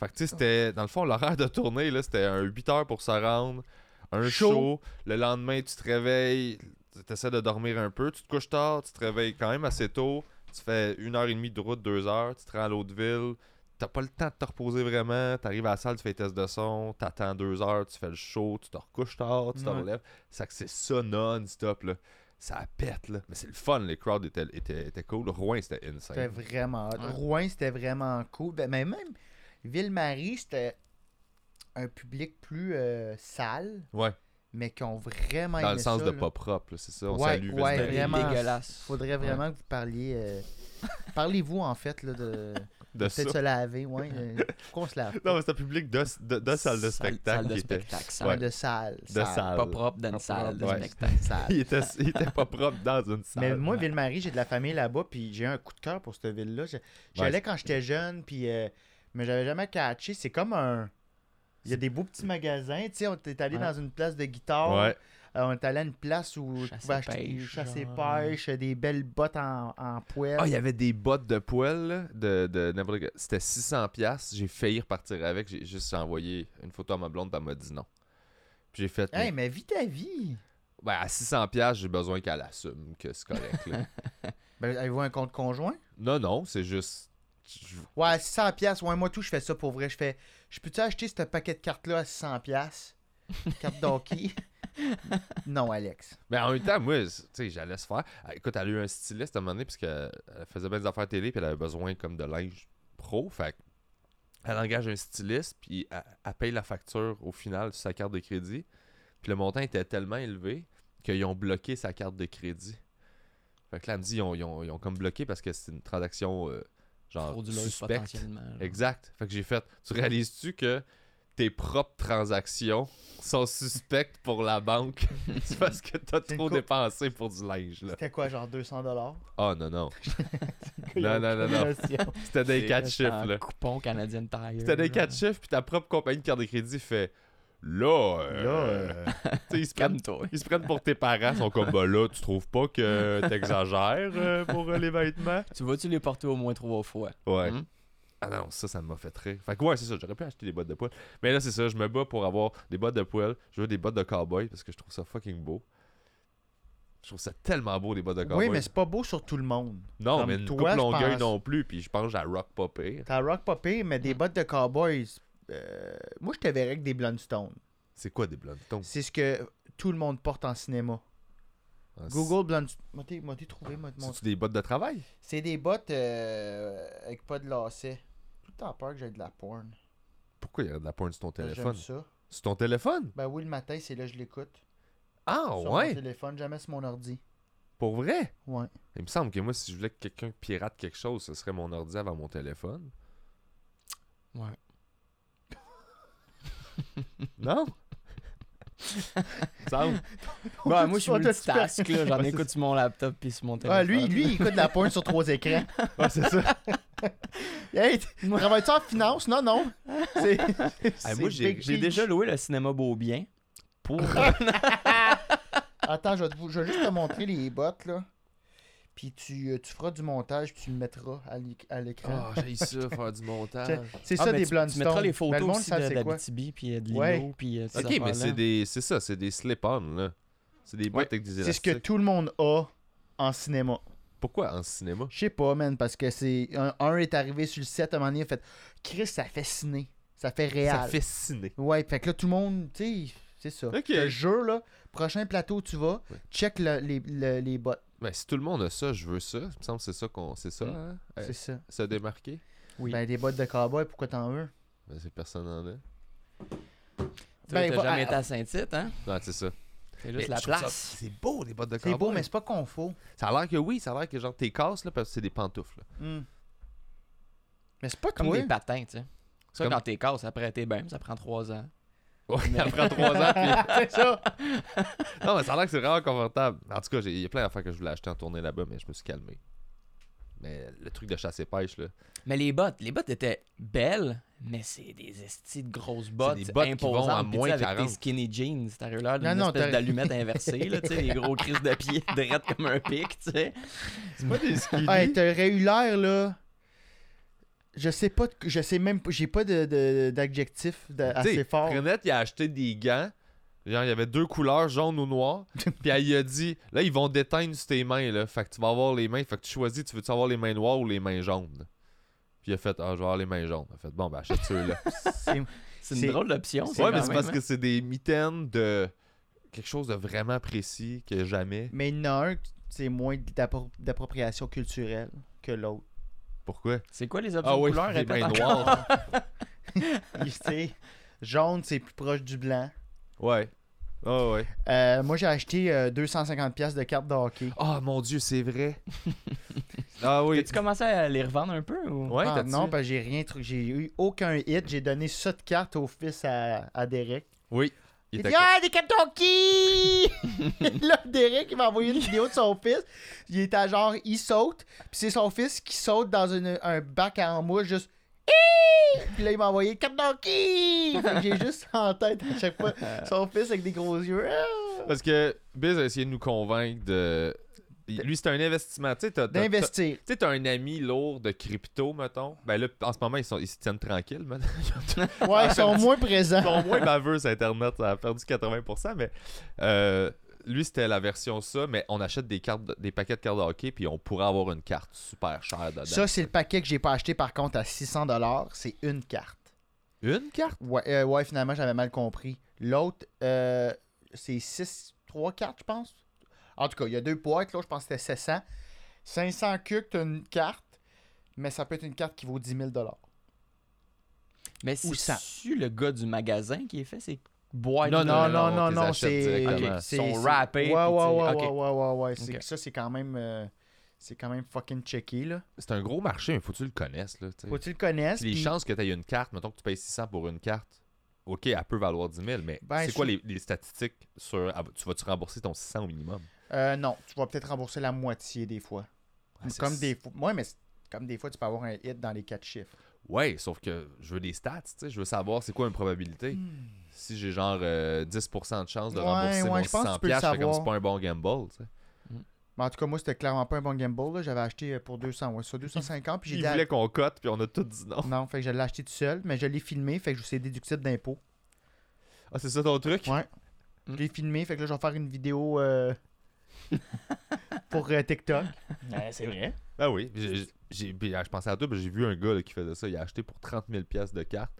C: Fait que tu sais, c'était. Dans le fond, l'horaire de tournée, là, c'était un 8 heures pour se rendre, un
A: Chaud.
C: show. Le lendemain, tu te réveilles, tu essaies de dormir un peu, tu te couches tard, tu te réveilles quand même assez tôt. Tu fais une heure et demie de route, deux heures, tu te rends à l'autre ville. T'as pas le temps de te reposer vraiment. T'arrives à la salle, tu fais les tests de son, t'attends deux heures, tu fais le show, tu te recouches tard, tu te
A: Ouais.
C: relèves. C'est que c'est ça non-stop, là. Ça pète, là. Mais c'est le fun, les crowds étaient, étaient, étaient cool. Rouen, c'était
A: C'était
C: insane.
A: vraiment hot.
B: Ouais.
A: Rouen, c'était vraiment cool. Ben, Mais même Ville-Marie, c'était un public plus euh, sale,
C: Ouais,
A: mais qui ont vraiment
C: dans
A: aimé
C: le sens
A: ça,
C: de
A: là.
C: pas propre, là, c'est ça. On
A: Ouais,
C: salue
A: ouais,
C: Ville-Marie.
A: vraiment.
B: Dégueulasse.
A: Faudrait vraiment que vous parliez. euh, Parlez-vous, en fait, là, de
C: de ça.
A: peut-être se laver. Ouais, euh, pourquoi on se lave
C: Non, mais c'était un public de, de, de salle de spectacle.
B: Salle de
C: qui était-
B: spectacle.
A: Pas
B: salle
A: de sale.
C: De salle.
B: Pas propre dans
C: Pas
B: une salle de
C: propre, ouais.
B: spectacle.
A: sale.
C: Il était, il était pas propre dans une salle.
A: Mais moi, Ville-Marie, j'ai de la famille là-bas, puis j'ai un coup de cœur pour cette ville-là. Je- J'allais quand j'étais jeune, puis euh, mais j'avais jamais catché. C'est comme un. Il y a des beaux petits magasins. Tu sais, on est allé
B: Ouais.
A: dans une place de guitare.
C: Ouais.
A: Euh, on est allé à une place où tu
B: Chasse
A: pouvais
B: et
A: acheter des
B: pêche,
A: chasses et
B: genre.
A: pêche, des belles bottes en, en poêle.
C: Ah, il y avait des bottes de poêle là, de, de n'importe quoi. C'était 600 pièces. J'ai failli repartir avec. J'ai juste envoyé une photo à ma blonde, puis elle m'a dit non. Puis j'ai fait.
A: Hey,
C: mais-
A: mais vis ta vie!
C: Ben, à 600$, piastres, j'ai besoin qu'elle assume que c'est correct. là.
A: Ben, avez-vous un compte conjoint?
C: non, non, c'est juste. je-
A: Ouais, 600 pièces. Ouais, moi tout, je fais ça pour vrai. Je fais, je peux-tu acheter ce paquet de cartes-là à 600 pièces Carte Donkey? non, Alex.
C: Mais en même temps, moi, c'est- tu sais, j'allais se faire. Euh, Écoute, elle a eu un styliste à un moment donné, parce qu'elle elle faisait bien des affaires télé, puis elle avait besoin comme de linge pro. Fait que elle engage un styliste, puis elle, elle paye la facture au final sur sa carte de crédit. Puis le montant était tellement élevé qu'ils ont bloqué sa carte de crédit. Fait que là, elle me dit, ils ont, ils ont- ils ont comme bloqué parce que c'est une transaction euh, genre
B: Frauduleuse
C: suspecte.
B: potentiellement. genre.
C: Exact. Fait que j'ai fait. Tu réalises-tu que tes propres transactions sont suspectes pour la banque? C'est parce que t'as
A: C'est une
C: trop
A: coupe.
C: dépensé pour du linge, là.
A: C'était quoi, genre 200 dollars
C: Oh non, non. Non, non, non, non. C'était des
B: C'est hein.
C: quatre
B: juste en
C: chiffres, là.
B: coupon Canadian Tire.
C: C'était des
B: genre.
C: quatre chiffres, puis ta propre compagnie de carte de crédit fait. Là, euh,
A: Là, euh,
C: tu sais, ils, se prennent,
B: Calme-toi.
C: ils se prennent pour tes parents, ils sont comme bah là, tu trouves pas que t'exagères euh, pour euh, les vêtements?
B: Tu vas-tu les porter au moins trois fois?
C: Ouais.
B: Hmm?
C: Ah non, ça, ça m'a fait rire. Fait que ouais, c'est ça, j'aurais pu acheter des bottes de poêle. Mais là, c'est ça, je me bats pour avoir des bottes de poêle. Je veux des bottes de cowboy parce que je trouve ça fucking beau. Je trouve ça tellement beau, des bottes de cowboy.
A: Oui, mais c'est pas beau sur tout le monde.
C: non,
A: comme
C: mais une
A: toi,
C: coupe
A: je
C: longueuil
A: pense.
C: non plus, puis je pense que j'ai rock pas pire.
A: T'as rock popé, mais
B: Mm.
A: des bottes de cowboys. euh, moi, je te verrais avec des blundstones.
C: C'est quoi des blondetons?
A: C'est ce que tout le monde porte en cinéma.
C: Ah, c'est-
A: Google blundstone. Moi, t'es moi, t'es trouvé, moi, te montrer.
C: C'est-tu des bottes de travail?
A: C'est des bottes euh, avec pas de lacets. Tout le temps peur que j'ai de la porn.
C: Pourquoi il y a de la pointe sur ton
A: Ah, J'aime
C: téléphone?
A: ça.
C: Sur ton téléphone?
A: Ben oui, le matin, c'est là que je l'écoute.
C: Ah
A: sur mon
C: ouais?
A: téléphone, jamais sur mon ordi.
C: Pour vrai?
A: Ouais.
C: Il me semble que moi, si je voulais que quelqu'un pirate quelque chose, ce serait mon ordi avant mon téléphone.
B: Ouais.
C: Non? Semble.
B: Bah, moi, je suis
A: Soit t'as
B: multitask,
A: super-
B: là. J'en
A: Ouais,
B: écoute sur mon laptop puis sur mon téléphone.
A: Ah, lui, lui, il écoute la pointe sur trois écrans.
C: Ouais, c'est ça.
A: Hey, t- travailles-tu en finance? Non, non. C'est-
C: Ah,
A: c'est
C: moi, j'ai-
A: Big
B: J'ai
A: Peach.
B: déjà loué le cinéma Beaubien pour.
A: Attends, je vais, te- je vais juste te montrer les bottes, là. Puis tu, euh, tu feras du montage, puis tu le mettras à l'é- à l'écran.
C: Oh, j'ai ça, faire du montage.
A: C'est
B: Ah,
A: ça,
B: mais
A: des Ben,
B: tu-
A: blondes
B: Tu mettras les photos aussi de d'Abitibi puis euh, de Lino
A: Ouais.
B: puis euh, de ces
C: ok, mais
B: affaires-là.
A: hein?
C: c'est des, c'est ça, c'est des slip-on là. C'est des boîtes
B: Ouais.
C: avec des
A: C'est ce
C: élastiques.
A: que tout le monde a en cinéma.
C: Pourquoi en cinéma
A: Je sais pas, man, parce que c'est. Un, un est arrivé sur le set à un moment donné, il a fait Chris, ça fait ciné. Ça fait réel.
C: Ça fait ciné.
A: Ouais, fait que là, tout le monde, tu sais, c'est ça.
C: Ok.
A: Je te jure, là, prochain plateau où tu vas,
C: Ouais.
A: check le- les, le- les bottes.
C: Ben, si tout le monde a ça, je veux ça. Il me semble que c'est ça qu'on, c'est ça,
B: Mm.
C: hein? Euh,
A: C'est ça.
C: se démarquer.
B: Oui.
A: Ben, des bottes de cowboy, pourquoi t'en veux
C: Ben, c'est personne en a.
B: Toi,
A: ben,
B: t'as
A: va- ah,
B: jamais été à Saint-Tite, hein?
C: Non, c'est ça.
B: C'est juste
C: Mais
B: la
C: je trouve ça-
B: place.
C: C'est beau les bottes de
A: C'est
C: cowboy.
A: beau, mais c'est pas confo.
C: Ça a l'air que oui, ça a l'air que genre t'es casse là parce que c'est des pantoufles. là.
A: Hmm. Mais c'est pas
B: Comme
A: toi.
B: des patins, tu sais. Ça,
C: Comme-
B: quand t'es casse, après t'es bien, ça prend trois ans.
C: Ouais, ça prend trois ans. puis-
A: c'est ça.
C: Non, mais ça a l'air que c'est vraiment confortable. En tout cas, j'ai- il y a plein d'affaires que je voulais acheter en tournée là-bas, mais je me suis calmé. Mais le truc de chasse et pêche
A: Euh,
C: là.
B: Mais les bottes, les bottes étaient belles, mais c'est des estis de grosses bottes,
C: des bottes qui
B: imposantes,
C: vont à
B: puis tu sais,
C: moins
B: avec
C: 40.
B: tes skinny jeans, t'as eu l'air d'une
A: Non, non,
B: espèce
A: t'as-
B: d'allumette inversée, là, tu sais, les gros crises de pied drettes comme un pic, tu sais.
C: C'est pas des skis.
A: Hey, t'aurais eu l'air, là. Je sais pas, de- je sais même pas, j'ai pas de- de- d'adjectif de- assez
C: T'sais,
A: fort.
C: Renette, il a acheté des gants. Genre, il y avait deux couleurs, jaune ou noir. Puis elle il a dit, là, ils vont déteindre sur tes mains, là. Fait que tu vas avoir les mains. Fait que tu choisis, tu veux-tu avoir les mains noires ou les mains jaunes? Puis il a fait, ah, je vais avoir les mains jaunes. Il a fait, bon, ben, achète ceux-là.
A: C'est-
B: C'est une
A: C'est-
B: drôle d'option, ça,
C: ouais, mais
B: quand
C: c'est
B: même,
C: parce
B: hein.
C: que c'est des mitaines de quelque chose de vraiment précis que jamais.
A: Mais il y en a un, c'est moins d'appro- d'appropriation culturelle que l'autre.
C: Pourquoi?
B: hein. C'est quoi les options
C: Ah ouais,
B: de couleurs?
C: les
B: Répète
C: mains
B: encore.
C: noires.
A: Tu sais, jaune, c'est plus proche du blanc.
C: Ouais. Ah ouais.
A: Euh, moi, j'ai acheté euh, 250$ piastres de cartes de hockey.
C: Ah mon dieu, c'est vrai. ah oui.
B: T'as-tu commencé à les revendre un peu? Ou...
C: Ouais,
A: Ah,
C: t'as-tu-
A: non, parce que j'ai rien, tru- j'ai eu aucun hit. J'ai donné ça de cartes au fils à, à Derek.
C: Oui.
A: Il,
C: Il
A: dit
C: était
A: Ah, des cartes de hockey Là, Derek, il m'a envoyé une vidéo de son fils. Il était à genre, il saute. Puis c'est son fils qui saute dans une- un bac en mousse, juste. Hi! Puis là, il m'a envoyé cartes de hockey Fait que J'ai juste en tête à chaque fois son fils avec des gros yeux. Ah!
C: Parce que Biz a essayé de nous convaincre de. Lui, c'est un investissement. Tu sais, t'as- t'as- t'as- tu
A: D'investir.
C: sais, t'as un ami lourd de crypto, mettons. Ben là, en ce moment, ils, sont, ils se tiennent tranquilles, man.
A: Ouais, ils sont moins
C: Ils
A: présents.
C: sont moins baveux sur Internet. Ça a perdu 80%, mais. euh, lui, c'était la version ça, mais on achète des cartes, de- des paquets de cartes de hockey, puis on pourrait avoir une carte super chère dedans.
A: Ça, c'est le paquet que j'ai pas acheté par contre à 600$. C'est une carte.
C: Une carte?
A: Ouais, euh, ouais finalement, j'avais mal compris. L'autre, euh, c'est 6, 3, 4, je pense. En tout cas, il y a deux boîtes. L'autre, je pense que c'était 700. 500 cucs, t'as une carte, mais ça peut être une carte qui vaut 10 000
B: Mais
A: Ou ça.
B: c'est-tu le gars du magasin qui a fait ces boîtes
C: Non, non, non. on
A: non,
C: les
A: non,
C: achète
A: c'est.
C: directement.
A: c'est-
B: Ils sont
A: c'est-
B: wrappés,
A: Ouais, ouais,
B: puis tu-
A: ouais,
B: ok.
A: ouais, ouais, ouais, ouais. C'est
B: Ok.
A: que ça, c'est quand même. euh, c'est quand même fucking checké, là.
B: Mm.
C: C'est un gros marché, il faut que tu le connaisses. Là, tu sais.
A: Faut que tu le connaisses.
C: Puis les
A: puis-
C: chances que tu aies une carte, mettons que tu payes 600 pour une carte, ok, elle peut valoir 10 000, mais
A: Ben,
C: c'est
A: je-
C: quoi les, les statistiques sur. ah, Tu vas-tu rembourser ton 600 au minimum
A: Euh, non, tu vas peut-être rembourser la moitié des fois.
C: Ah, c'est-
A: comme des fois. Ouais, mais c'est- comme des fois, tu peux avoir un hit dans les quatre chiffres.
C: Ouais, sauf que je veux des stats, tu sais, je veux savoir c'est quoi une probabilité. Si j'ai genre euh, 10% de chance de
A: Hmm. Ouais,
C: rembourser
A: ouais,
C: mon
A: je pense que
C: 600
A: tu peux le
C: piastres, fait comme
A: savoir.
C: c'est pas un bon gamble, tu sais.
A: Mais en tout cas, moi, c'était clairement pas un bon gamble. là. J'avais acheté euh, pour 200, ouais, ça, 250. Puis j'ai
C: Il
A: dit à-
C: voulait qu'on cote, puis on a tout dit non.
A: Non, fait que je l'ai acheté tout seul, mais je l'ai filmé, fait que je suis déductible d'impôts.
C: Ah, c'est ça ton truc?
A: Ouais. Je
C: Mm.
A: l'ai filmé, fait que là, je vais faire une vidéo euh, pour euh, TikTok.
B: c'est vrai.
C: Ah oui. j'ai- j'ai- j'ai- puis, ah, je pensais à toi, puis j'ai vu un gars là, qui faisait ça. Il a acheté pour 30 000 pièces de cartes.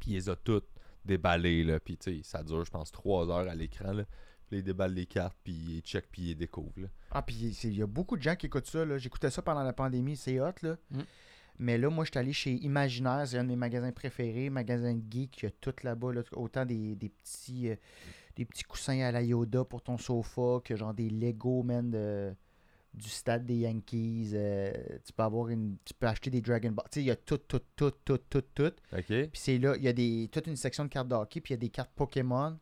C: Puis il les a toutes déballées. Là, puis tu sais, ça dure, je pense, 3 heures à l'écran. Là. Puis là, il déballe les cartes, puis il check, puis il les découvre. là.
A: Ah, puis c'est- il y a beaucoup de gens qui écoutent ça. là. J'écoutais ça pendant la pandémie, c'est hot, là.
B: Mm.
A: Mais là, moi, je suis allé chez Imaginaire, c'est un de mes magasins préférés, magasin geek, il y a tout là-bas, là, autant des, des petits euh, des petits coussins à la Yoda pour ton sofa, que genre des Lego, man, de- du stade des Yankees. euh, tu peux avoir une. Tu peux acheter des Dragon Ball. Tu sais, il y a tout, tout, tout, tout, tout, tout.
C: OK?
A: Puis c'est là, il y a des, toute une section de cartes de hockey, puis il y a des cartes Pokémon.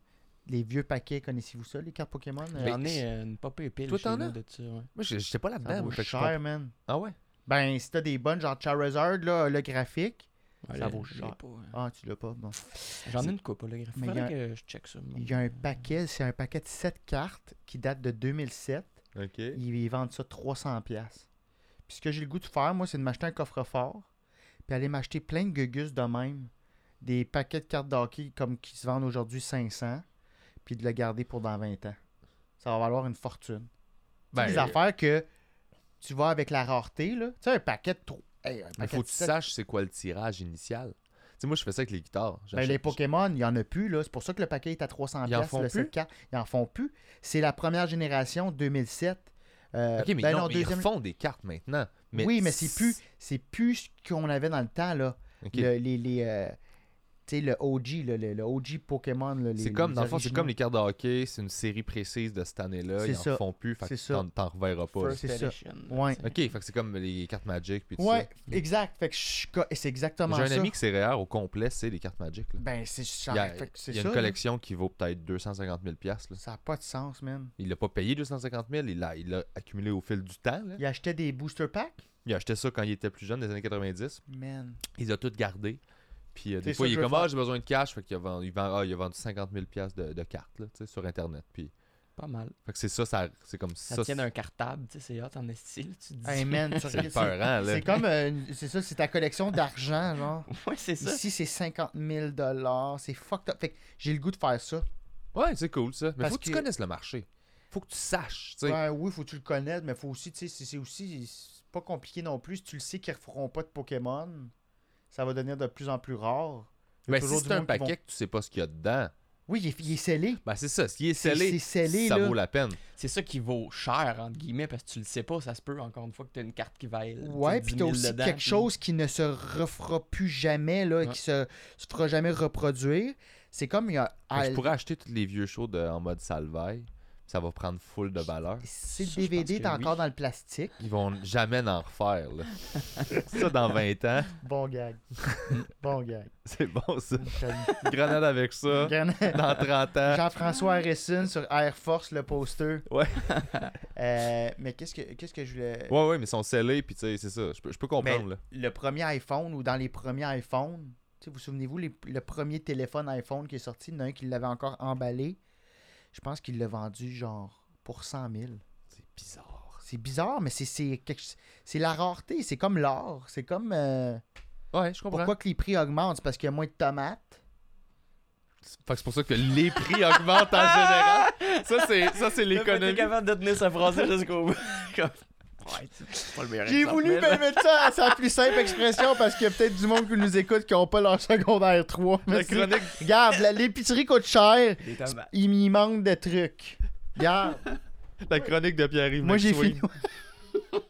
A: Les vieux paquets, connaissez-vous ça, les cartes Pokémon? Euh,
C: Ben,
B: J'en ai euh, une pas pire pile
C: Toi,
B: chez
C: t'en
B: nous
C: as?
B: de ça, ouais.
C: Moi, je- j'étais pas
A: ça
C: là-dedans.
A: vaut
C: Ah, ben, moi, fait que je
A: cher, man.
C: comprends- Ah ouais?
A: Ben, si t'as des bonnes, genre Charizard, là, le graphique.
B: Ouais,
A: Ça
B: là,
A: vaut
B: j'ai
A: cher.
B: pas, hein.
A: Ah, tu l'as pas, bon.
B: J'en ai
C: C'est-
B: une coupe, là. Il
A: Mais
B: faudrait
A: il
B: que je check ça. moi.
A: Il y a un paquet, c'est un paquet de 7 cartes qui date de 2007.
C: OK.
A: Ils, ils vendent ça 300$. piastres. Puis ce que j'ai le goût de faire, moi, c'est de m'acheter un coffre-fort, puis aller m'acheter plein de gugus de même. Des paquets de cartes d'hockey comme qui se vendent aujourd'hui 500, puis de le garder pour dans 20 ans. Ça va valoir une fortune. C'est
C: Ben,
A: des affaires que tu vas avec la rareté, là. Tu sais, un paquet de trop. Hey, un
C: mais
A: paquet
C: faut
A: de
C: que tu
A: sept
C: saches c'est quoi le tirage initial. Tu sais, moi, je fais ça avec les guitares.
A: Ben,
C: J'achète-
A: les Pokémon, il n'y en a plus, là. C'est pour ça que le paquet est à 300$.
C: Ils en font
A: le
C: plus?
A: 7K. Ils en font plus. C'est la première génération, 2007. Euh,
C: OK, mais
A: ben
C: ils ont-
A: non,
C: ils
A: deuxième-
C: refont des cartes maintenant. Mais
A: Oui, mais c'est plus, c'est plus ce qu'on avait dans le temps, là.
C: OK.
A: Le, les, les, euh, tu sais, le OG, là, le, le OG Pokémon. là, les-
C: C'est comme,
A: les
C: dans le fond, c'est
A: originaux.
C: comme les cartes de hockey, c'est une série précise de cette année-là,
A: C'est
C: ils
A: ça.
C: en font plus, fait
A: C'est
C: que
A: ça.
C: t'en, t'en reverras pas.
B: First
A: c'est ça.
B: edition, là,
A: Ouais.
B: tu sais.
C: Ok, fait que c'est comme les cartes Magic puis tout
A: Ouais,
C: ça.
A: exact. Fait que je suis co- c'est exactement
C: J'ai un
A: ça.
C: ami qui s'est réel au complet, c'est les cartes Magic. là.
A: Ben, c'est
C: Il y a,
A: fait que c'est
C: il y a
A: ça,
C: une
A: là.
C: collection qui vaut peut-être 250 000 là.
A: Ça n'a pas de sens, man.
C: Il l'a pas payé 250 000, il l'a, il l'a accumulé au fil du temps. là.
A: Il achetait des booster packs?
C: Il a acheté ça quand il était plus jeune, des années 90.
A: Man.
C: Il a tout gardé. Puis euh,
A: C'est
C: des fois,
A: ça que
C: il est
A: je veux
C: comme, ah,
A: faire.
C: j'ai besoin de cash. Fait qu'il a vendu, il vend- ah, il a vendu 50 000 de, de cartes là, tu sais, sur Internet. Puis,
B: Pas mal.
C: fait que c'est ça, ça- c'est comme ça.
B: Ça, tient d'un cartable, tu sais, c'est hot en esti, là, tu te dis.
A: Hey, man, tu
C: c'est
A: regardes-
C: peurant, là.
A: C'est comme. euh, une- c'est ça, c'est ta collection d'argent, genre.
B: ouais, c'est ça.
A: Ici, c'est 50 000 C'est fucked up. Fait que j'ai le goût de faire ça.
C: Ouais, c'est cool ça. Mais
A: Parce
C: faut que, tu
A: que-
C: connaisses le marché. Faut que tu saches. tu sais.
A: Ouais, oui, faut que tu le connaître, mais faut aussi, tu sais, c'est- c'est aussi c'est pas compliqué non plus. Si tu le sais qu'ils referont pas de Pokémon, ça va devenir de plus en plus rare. Il y a
C: Mais Ben, si
A: toujours du
C: c'est un
A: monde qui
C: paquet que tu sais pas ce qu'il y a dedans,
A: Oui, il est, il est scellé.
C: ben c'est ça. S'il est
A: C'est-
C: scellé,
A: c'est scellé,
C: ça
A: là.
C: vaut la peine.
B: C'est ça qui vaut cher, entre guillemets, parce que tu le sais pas, ça se peut, encore une fois, que tu as une carte qui vaille. tu sais,
A: Ouais, puis
B: 10
A: t'as
B: 000
A: aussi
B: Euh, dedans,
A: quelque
B: puis-
A: chose qui ne se refera plus jamais, là, et
B: Ouais.
A: qui se, se fera jamais reproduire. C'est comme il y a.
C: Fait que Ben, je pourrais acheter tous les vieux shows de- en mode salvaille. Ça va prendre full de valeur.
A: Si
B: Ça,
A: le
B: je pense
A: DVD
B: que
A: est encore
B: oui.
A: dans le plastique,
C: Ils vont jamais en refaire. là. ça, dans 20 ans,
A: bon gag. bon gag.
C: c'est bon ça.
A: J'aime-
C: Grenade avec ça.
A: J'aime-
C: Dans 30
B: Euh.
C: ans.
A: Jean-François Harrison sur Air Force, le poster.
C: Ouais.
A: Euh, mais qu'est-ce que, qu'est-ce que je voulais.
C: Ouais, ouais, mais ils sont scellés, puis tu sais, c'est ça. Je peux, je peux comprendre, là.
A: Le premier iPhone ou dans les premiers iPhones, tu sais, vous souvenez-vous, les- le premier téléphone iPhone qui est sorti, il y en a un qui l'avait encore emballé. Je pense qu'il l'a vendu genre pour 100 000.
C: C'est bizarre.
A: C'est bizarre, mais c'est, c'est, quelque- c'est la rareté. C'est comme l'or. C'est comme. euh,
C: Ouais, je comprends.
A: pourquoi que les prix augmentent C'est parce qu'il y a moins de tomates.
C: Fait que c'est pour ça que les prix augmentent en général. Ça, c'est, ça, c'est
B: L'économie.
C: l'économie.
B: capable de tenir sa phrase jusqu'au bout. Comme- Ouais, c'est pas le meilleur
A: J'ai
B: exemple,
A: voulu
B: mais là-
A: ben mettre ça à sa plus simple expression parce qu'il y a peut-être du monde qui nous écoute qui n'ont pas leur secondaire 3.
C: La
A: Mais c'est-
C: chronique.
A: Regarde, la- l'épicerie coûte cher.
B: Des tomates.
A: Il m'y manque de trucs. Regarde,
C: La chronique de Pierre-Yves.
A: moi j'ai
C: McSween.
A: fini.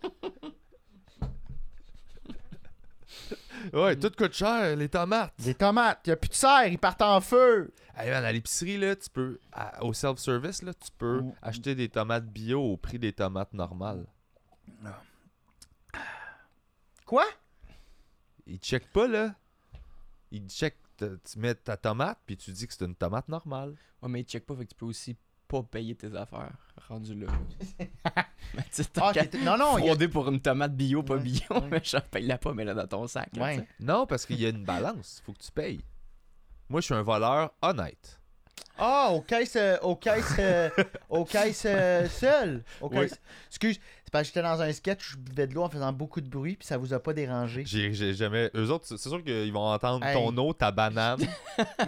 C: Ouais, tout coûte cher, les tomates.
A: Des tomates, il n'y a plus de serre, ils partent en feu.
C: Hey, man, à l'épicerie, là, tu peux. à- au self-service, là, tu peux
A: Mm.
C: acheter des tomates bio au prix des tomates normales.
A: Ah. Quoi?
C: Ils checkent pas, là. Ils checkent. te- Tu mets ta tomate, puis tu dis que c'est une tomate normale.
B: Ouais, mais check pas, fait que tu peux aussi pas payer tes affaires. Rendu là. mais tu sais, t'as
A: Ah,
B: qu'à
A: t'es- non, non, il y a-
B: frauder pour une tomate bio, pas
A: Ouais,
B: bio,
A: ouais.
B: mais je paye la pas, mais là, dans ton sac. là,
A: Ouais.
B: tu sais.
C: Non, parce qu'il y a une balance. Faut que tu payes. Moi, je suis un voleur honnête.
A: Ah, aux caisses, euh, aux caisses, euh, aux caisses euh, seules. Aux
C: Oui.
A: caisses- Excuse, c'est parce que j'étais dans un sketch où je buvais de l'eau en faisant beaucoup de bruit, puis ça vous a pas dérangé.
C: J'ai j'ai jamais. Eux autres, c'est c'est sûr qu'ils vont entendre
A: Hey.
C: ton eau, ta banane.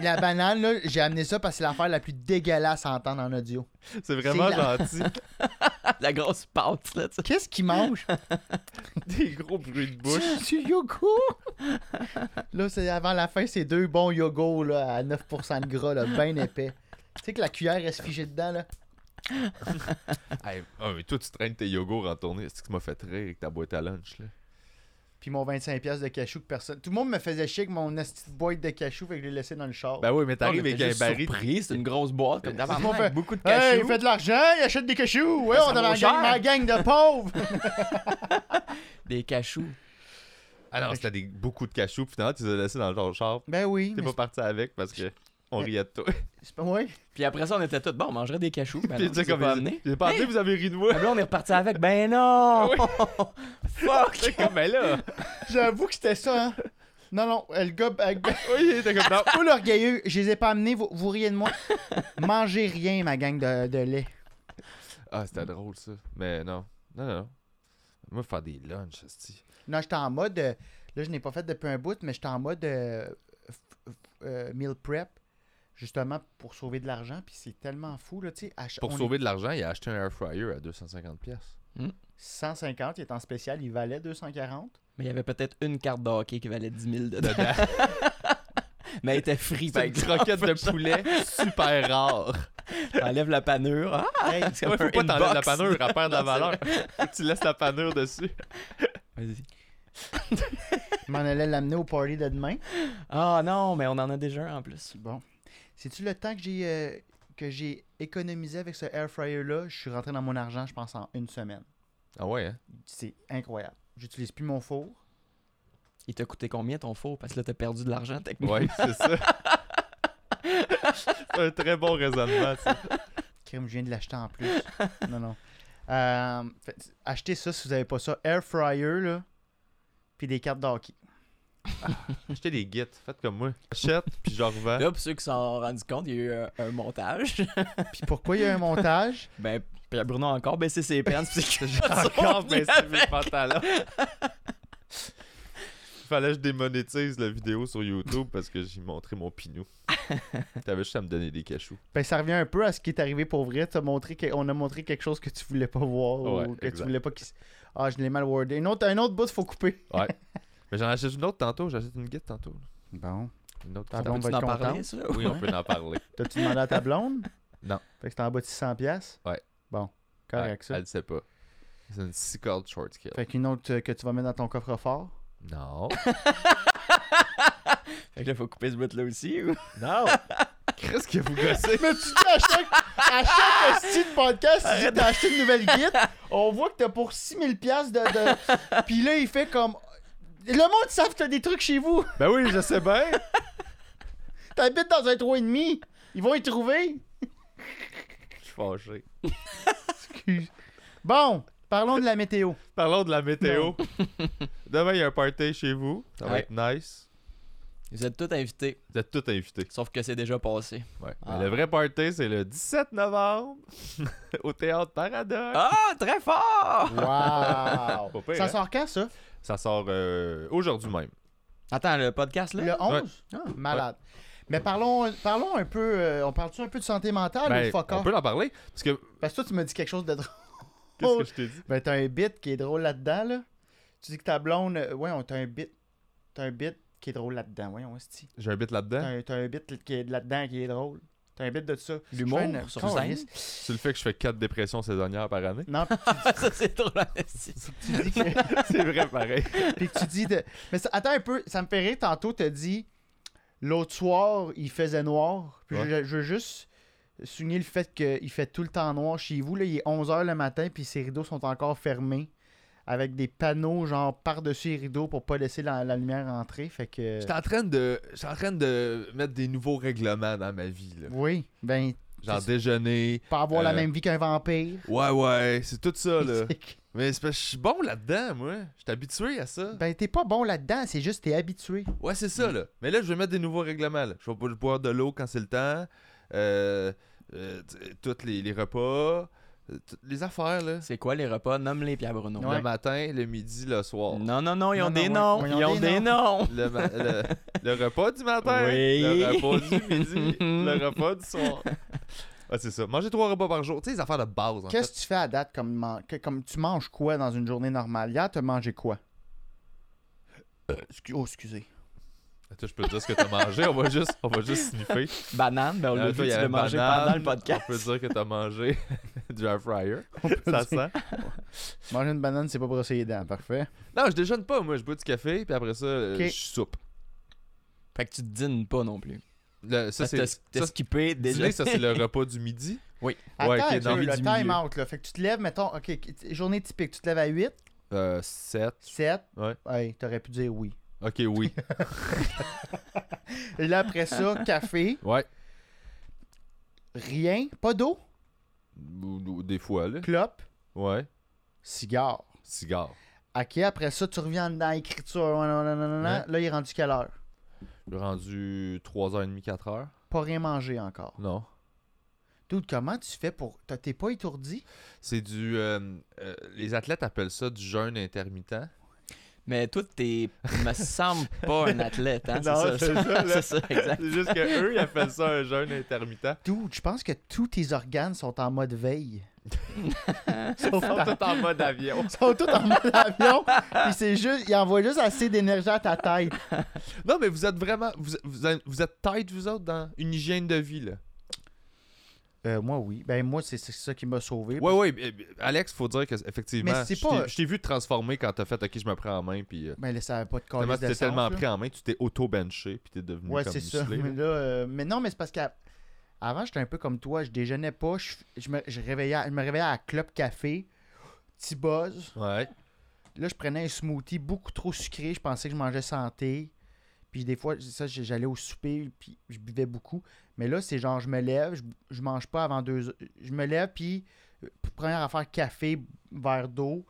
A: La banane, là, j'ai amené ça parce que c'est l'affaire la plus dégueulasse à entendre en audio.
C: C'est vraiment
A: C'est
C: gentil.
B: la grosse pâte, là, tu sais.
A: Qu'est-ce qu'ils mangent?
C: Des gros bruits de bouche.
A: du yogourt? Là, c'est avant la fin, c'est deux bons yogos là, à 9% de gras, là, bien épais. Tu sais que la cuillère est figée dedans, là.
C: Hey, ah, mais toi, tu traînes tes yogourts en tournée. C'est ce qui m'a fait rire avec ta boîte à lunch. Là.
A: Puis mon 25$ de cachou que personne. Tout le monde me faisait chier avec mon petite boîte de cachou, fait que je l'ai laissé dans le
B: Oh.
A: char.
C: Ben oui, mais
B: On
C: t'arrives
B: était
C: avec un
B: juste
C: baril.
B: surpris, c'est une grosse boîte. Comme d'avant,
A: qu'on fait.
B: avec beaucoup de
A: Hey,
B: cachous.
A: il fait de l'argent, il achète des cachous. Ouais,
B: Ça
A: on a la
B: vaut
A: gang,
B: cher.
A: ma gang de pauvres.
B: Des cachous.
C: Ah non, c'était des- beaucoup de cachous. Puis finalement, tu les as laissés dans ton char.
A: ben oui.
C: T'es
A: mais
C: pas parti avec parce que on riait de toi.
A: c'est pas- ouais.
B: Puis après ça, on était tous, bon, on mangerait des cachous. Ben
C: J'ai
B: non,
C: dit
B: tu les as
C: comme
B: pas amené.
C: J'ai pas amené, vous avez ri de moi.
B: Là, on est reparti avec, ben non!
C: T'es
B: Ah, Fuck!
C: comme, mais là.
A: J'avoue que c'était ça, hein. Non, non, euh, le gars. euh,
C: Oui, t'es comme, non.
A: pas l'orgueilleux, je les ai pas amenés, vous, vous riez de moi. Mangez rien, ma gang de, de lait.
C: Ah, c'était drôle ça. Mais non. Non, non. Moi, faire des lunchs, hostie.
A: Non, j'étais en mode. euh, là, je n'ai pas fait depuis un bout, mais j'étais en mode euh, f- f- euh, meal prep, justement pour sauver de l'argent. Puis c'est tellement fou, là, tu sais. à ch-
C: Pour
A: on est
C: sauver de l'argent, il a acheté un air fryer à 250$. pièces.
A: 150, il est en spécial, il valait 240.
B: Mais il y avait peut-être une carte de hockey qui valait 10 000 dedans. Mais elle était free, par
C: C'est une
B: exemple.
C: croquette de poulet super rare.
B: T'enlèves la panure. Ah!
A: Hey,
B: C'est
C: Ouais,
B: comme
C: faut
B: un
C: pas t'enlever la
B: inbox.
C: panure, elle perd de la
B: Non, c'est
C: valeur. tu laisses la panure dessus.
B: Vas-y.
A: je m'en allais l'amener au party de demain.
B: Ah non, mais on en a déjà un en plus.
A: Bon. C'est-tu le temps que j'ai euh, que j'ai économisé avec ce air fryer là, je suis rentré dans mon argent, je pense en une semaine.
C: Ah ouais, hein?
A: C'est incroyable. J'utilise plus mon four.
B: Il t'a coûté combien ton four? Parce que là, t'as perdu de l'argent, techniquement.
C: Ouais, c'est ça. C'est un très bon raisonnement, ça.
A: Crime, je viens de l'acheter en plus. non non. Euh, fait- achetez ça si vous avez pas ça, air fryer là, puis des cartes d'hockey.
C: Achetez des guides, faites comme moi. Achète, puis je revends.
B: Là, pour ceux qui s'en sont rendus compte, il y a eu un, un montage.
A: Puis pourquoi il y a un montage
B: ben, puis Bruno a encore baissé ses pants. puis c'est que j'ai
C: Encore baissé mes pantalons. Fallait que je démonétise la vidéo sur YouTube parce que j'ai montré mon pinou. T'avais juste à me donner des cachous.
A: Ben ça revient un peu à ce qui est arrivé pour vrai, t'as montré que- on a montré quelque chose que tu voulais pas voir
C: Ouais,
A: ou que tu
C: exact.
A: voulais pas qu'il s- Ah, je l'ai mal wordé. Un autre un autre bout, faut couper.
C: Ouais. Mais j'en achète une autre tantôt, j'achète une guide tantôt. là.
A: Bon.
C: Une autre
A: Ta
C: tantôt.
A: blonde va
B: Tu
A: être
B: en
A: contente.
B: parlais, ça?
C: Oui, on peut en parler.
A: T'as-tu demandé à ta blonde?
C: Non.
A: Fait que c'était en bas de 600 pièces.
C: Ouais.
A: Bon, correct
C: Elle
A: ça.
C: le sait pas. C'est une 6 cordes short scale.
A: Fait qu'une autre euh, que tu vas mettre dans ton coffre-fort.
C: Non.
B: Fait que là, faut couper ce bout-là aussi. Ou...
C: non. Qu'est-ce que vous gossez?
A: Mais tu dis à chaque, à chaque style de podcast, tu dis que t'as acheté une nouvelle guide. On voit que t'as pour 6000 pièces de, de... Puis là, il fait comme... Le monde savent que t'as des trucs chez vous.
C: Ben oui, je sais bien.
A: T'habites dans un 3,5. Ils vont y trouver.
C: Je suis fâché.
A: Bon, parlons de la météo.
C: Parlons de la météo. Demain, il y a un party chez vous. Ça va
B: Ouais.
C: être nice.
B: Vous êtes tous invités,
C: Vous êtes tous invités.
B: sauf que c'est déjà passé.
C: Ouais.
B: Ah.
C: Mais le vrai party, c'est le 17 novembre au Théâtre Paradoxe.
B: Ah, très fort!
A: Wow.
C: Pas pire,
A: Ça
C: hein?
A: sort quand, ça?
C: Ça sort euh, aujourd'hui même.
B: Attends, le podcast, là?
A: Le 11? Ah, Malade. Mais parlons, parlons un peu. euh, on parle-tu un peu de santé mentale
C: Ben,
A: ou fuck
C: on
A: off?
C: peut en parler. Parce que.
A: Parce que toi, tu m'as dit quelque chose de drôle.
C: Qu'est-ce
A: Oh.
C: que je t'ai dit?
A: Ben, t'as un bit qui est drôle là-dedans, là. Tu dis que ta blonde. euh, Ouais, on t'a un bit. T'as un bit qui est drôle là-dedans. Voyons, hostie.
C: J'ai un bit
A: T'as
C: là-dedans.
A: un, t'as un bit qui est là-dedans qui est drôle. T'as un bit de ça.
B: L'humour
A: Je fais une-
B: sur
A: Oh,
B: scène.
A: yes.
C: C'est le fait que je fais 4 dépressions saisonnières par année.
A: Non,
B: ça, c'est drôle. hein, esti.
A: tu dis que.
C: C'est vrai, pareil.
A: Puis que tu dis de... Mais ça- attends un peu, ça me fait rire, tantôt t'as dit l'autre soir, il faisait noir. Puis
C: Ouais.
A: je, je veux juste souligner le fait qu'il fait tout le temps noir chez vous. Là, il est 11h le matin, puis ses rideaux sont encore fermés. Avec des panneaux genre par-dessus les rideaux pour pas laisser la, la lumière entrer. Fait que.
C: J'étais en train de. J'étais en train de mettre des nouveaux règlements dans ma vie. Là.
A: Oui. Ben,
C: Genre
A: C'est-
C: déjeuner.
A: pas avoir la
C: Euh,
A: même vie qu'un vampire.
C: Ouais, ouais, c'est tout ça, là.
A: C'est que-
C: Mais c'est parce que je suis bon là-dedans, moi. Je suis habitué à ça.
A: Ben t'es pas bon là-dedans, c'est juste t'es habitué.
C: Ouais, c'est ça,
A: Mm.
C: là. Mais là, je vais mettre des nouveaux règlements. Là. Je vais pas boire de l'eau quand c'est le temps. Euh, euh, t- tous les, les repas. euh, toutes les affaires, là.
B: C'est quoi les repas? Nomme-les, Pierre Bruno.
A: Ouais.
C: Le matin, le midi, le soir.
B: Non, non, non, ils ont
A: Non,
B: des
A: non,
B: noms.
A: ouais,
B: Ils ont des noms.
C: Le, ma- le- le repas du matin.
B: Oui.
C: Le repas du midi. le repas du soir. Ah, c'est ça. Manger trois repas par jour. Tu sais, les affaires de base, en
A: Qu'est-ce que tu fais à date comme, man- que- comme tu manges quoi dans une journée normale? Hier, t'as mangé quoi?
C: Euh,
A: Excu- oh, excusez.
C: fait. Attends, je peux te dire ce que t'as mangé. On va juste, on va juste sniffer.
B: Banane, ben on l'a
C: Euh,
B: vu,
C: toi,
B: tu
C: il y
B: l'as
C: avait
B: mangé
C: banane.
B: pendant le podcast.
C: On peut dire que t'as mangé du air fryer. Ça sent.
A: Manger une banane, c'est pas brosser les dents, parfait.
C: Non, je déjeune pas, moi. Je bois du café, puis après ça, euh,
A: Ok.
C: je soupe.
B: Fait que tu te dînes pas non plus.
C: Le- ça,
B: Ça,
C: c'est.
B: t'as
C: Ça,
B: t'as
C: c'est-
B: skippé déjà.
C: dîner, ça, c'est le repas du midi.
A: Attends,
C: Ouais, ok,
A: un
C: dans
A: peu,
C: le
A: le
C: du
A: time
C: milieu.
A: out, là. Fait que tu te lèves, mettons, ok, qu- journée typique, tu te lèves à 8,
C: Euh, 7.
A: 7.
C: Ouais.
A: t'aurais pu dire oui.
C: Ok, oui.
A: Et là, après ça, café,
C: Ouais.
A: rien, pas d'eau,
C: Ou- ou Des fois, là.
A: clope,
C: Ouais.
A: cigare.
C: Cigare.
A: Ok, après ça, tu reviens dans l'écriture, ouais, non, non, non, non, non.
C: Ouais.
A: Là, il est rendu quelle heure?
C: Je suis rendu 3h30, 4h.
A: Pas rien mangé encore.
C: Non.
A: Dude, comment tu fais pour. t'as- T'es pas étourdi?
C: C'est du. euh, euh, les athlètes appellent ça du jeûne intermittent.
B: Mais toi, t'es, me semble pas un athlète, hein?
C: Non,
B: c'est
C: c'est
B: ça,
C: ça, là.
B: c'est ça, exact.
C: C'est juste qu'eux, ils appellent ça un jeûne intermittent.
A: Dude, je pense que tous tes organes sont en mode veille. Sauf
C: Ils sont
A: ta-
C: tous en mode avion.
A: Ils sont tous en mode avion. Puis c'est juste, ils envoient juste assez d'énergie à ta tête.
C: Non, mais vous êtes vraiment. Vous, vous, êtes- vous êtes tight, vous autres, dans une hygiène de vie, là.
A: Euh, moi, oui. Ben, moi, c'est c'est ça qui m'a sauvé.
C: Ouais, ouais. mais- mais Alex, faut dire que, effectivement,
A: Mais c'est
C: je
A: pas-
C: t'ai- je t'ai vu te transformer quand t'as fait OK, je me prends en main. Puis. euh,
A: Ben, là, ça n'avait pas de
C: finalement,
A: calice
C: tu
A: de
C: t'es
A: sens,
C: tellement
A: là.
C: pris en main, tu t'es auto-benché, puis t'es devenu
A: Ouais,
C: comme
A: c'est ça.
C: musclé, là.
A: Mais, là, euh, mais non, mais c'est parce qu'avant, j'étais un peu comme toi. Je déjeunais pas. Je, je me, je réveillais, à- je me réveillais à Club Café. Petit buzz.
C: Ouais.
A: Là, je prenais un smoothie beaucoup trop sucré. Je pensais que je mangeais santé. Puis des fois, ça, j- j'allais au souper, puis je buvais beaucoup. Mais là, c'est genre, je me lève, je, je mange pas avant deux heures. Je me lève, puis euh, première affaire, café, verre d'eau.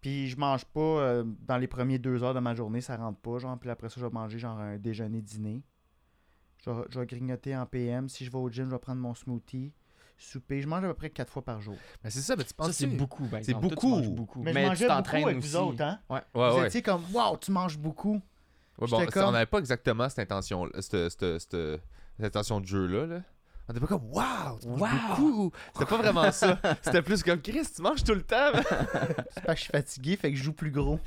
A: Puis je mange pas euh, dans les premiers deux heures de ma journée, ça rentre pas. Genre, puis après ça, je vais manger genre un déjeuner-dîner. Je vais, je vais grignoter en PM. Si je vais au gym, je vais prendre mon smoothie. Souper. Je mange à peu près quatre fois par jour.
C: Mais c'est ça, mais tu penses
B: Ça, c'est
C: que-
B: beaucoup, par
C: C'est
B: exemple. Toi, tu
C: beaucoup.
B: manges beaucoup.
A: Mais, je
B: tu
A: mangeais beaucoup
B: t'entraînes
A: avec
B: aussi.
A: vous autres, hein?
B: Ouais.
C: Ouais,
A: vous
C: ouais.
A: étiez comme, wow, tu manges beaucoup.
C: Ouais, bon,
A: J'étais
C: c'est- On
A: comme-
C: n'avait pas exactement cette intention, cette, cette- cette- cette intention de jeu-là. Là. On était pas comme Waouh, tu manges
B: Wow!
C: beaucoup! C'était pas vraiment ça. C'était plus comme Chris, tu manges tout le temps.
A: C'est parce que je suis fatigué, fait que je joue plus gros.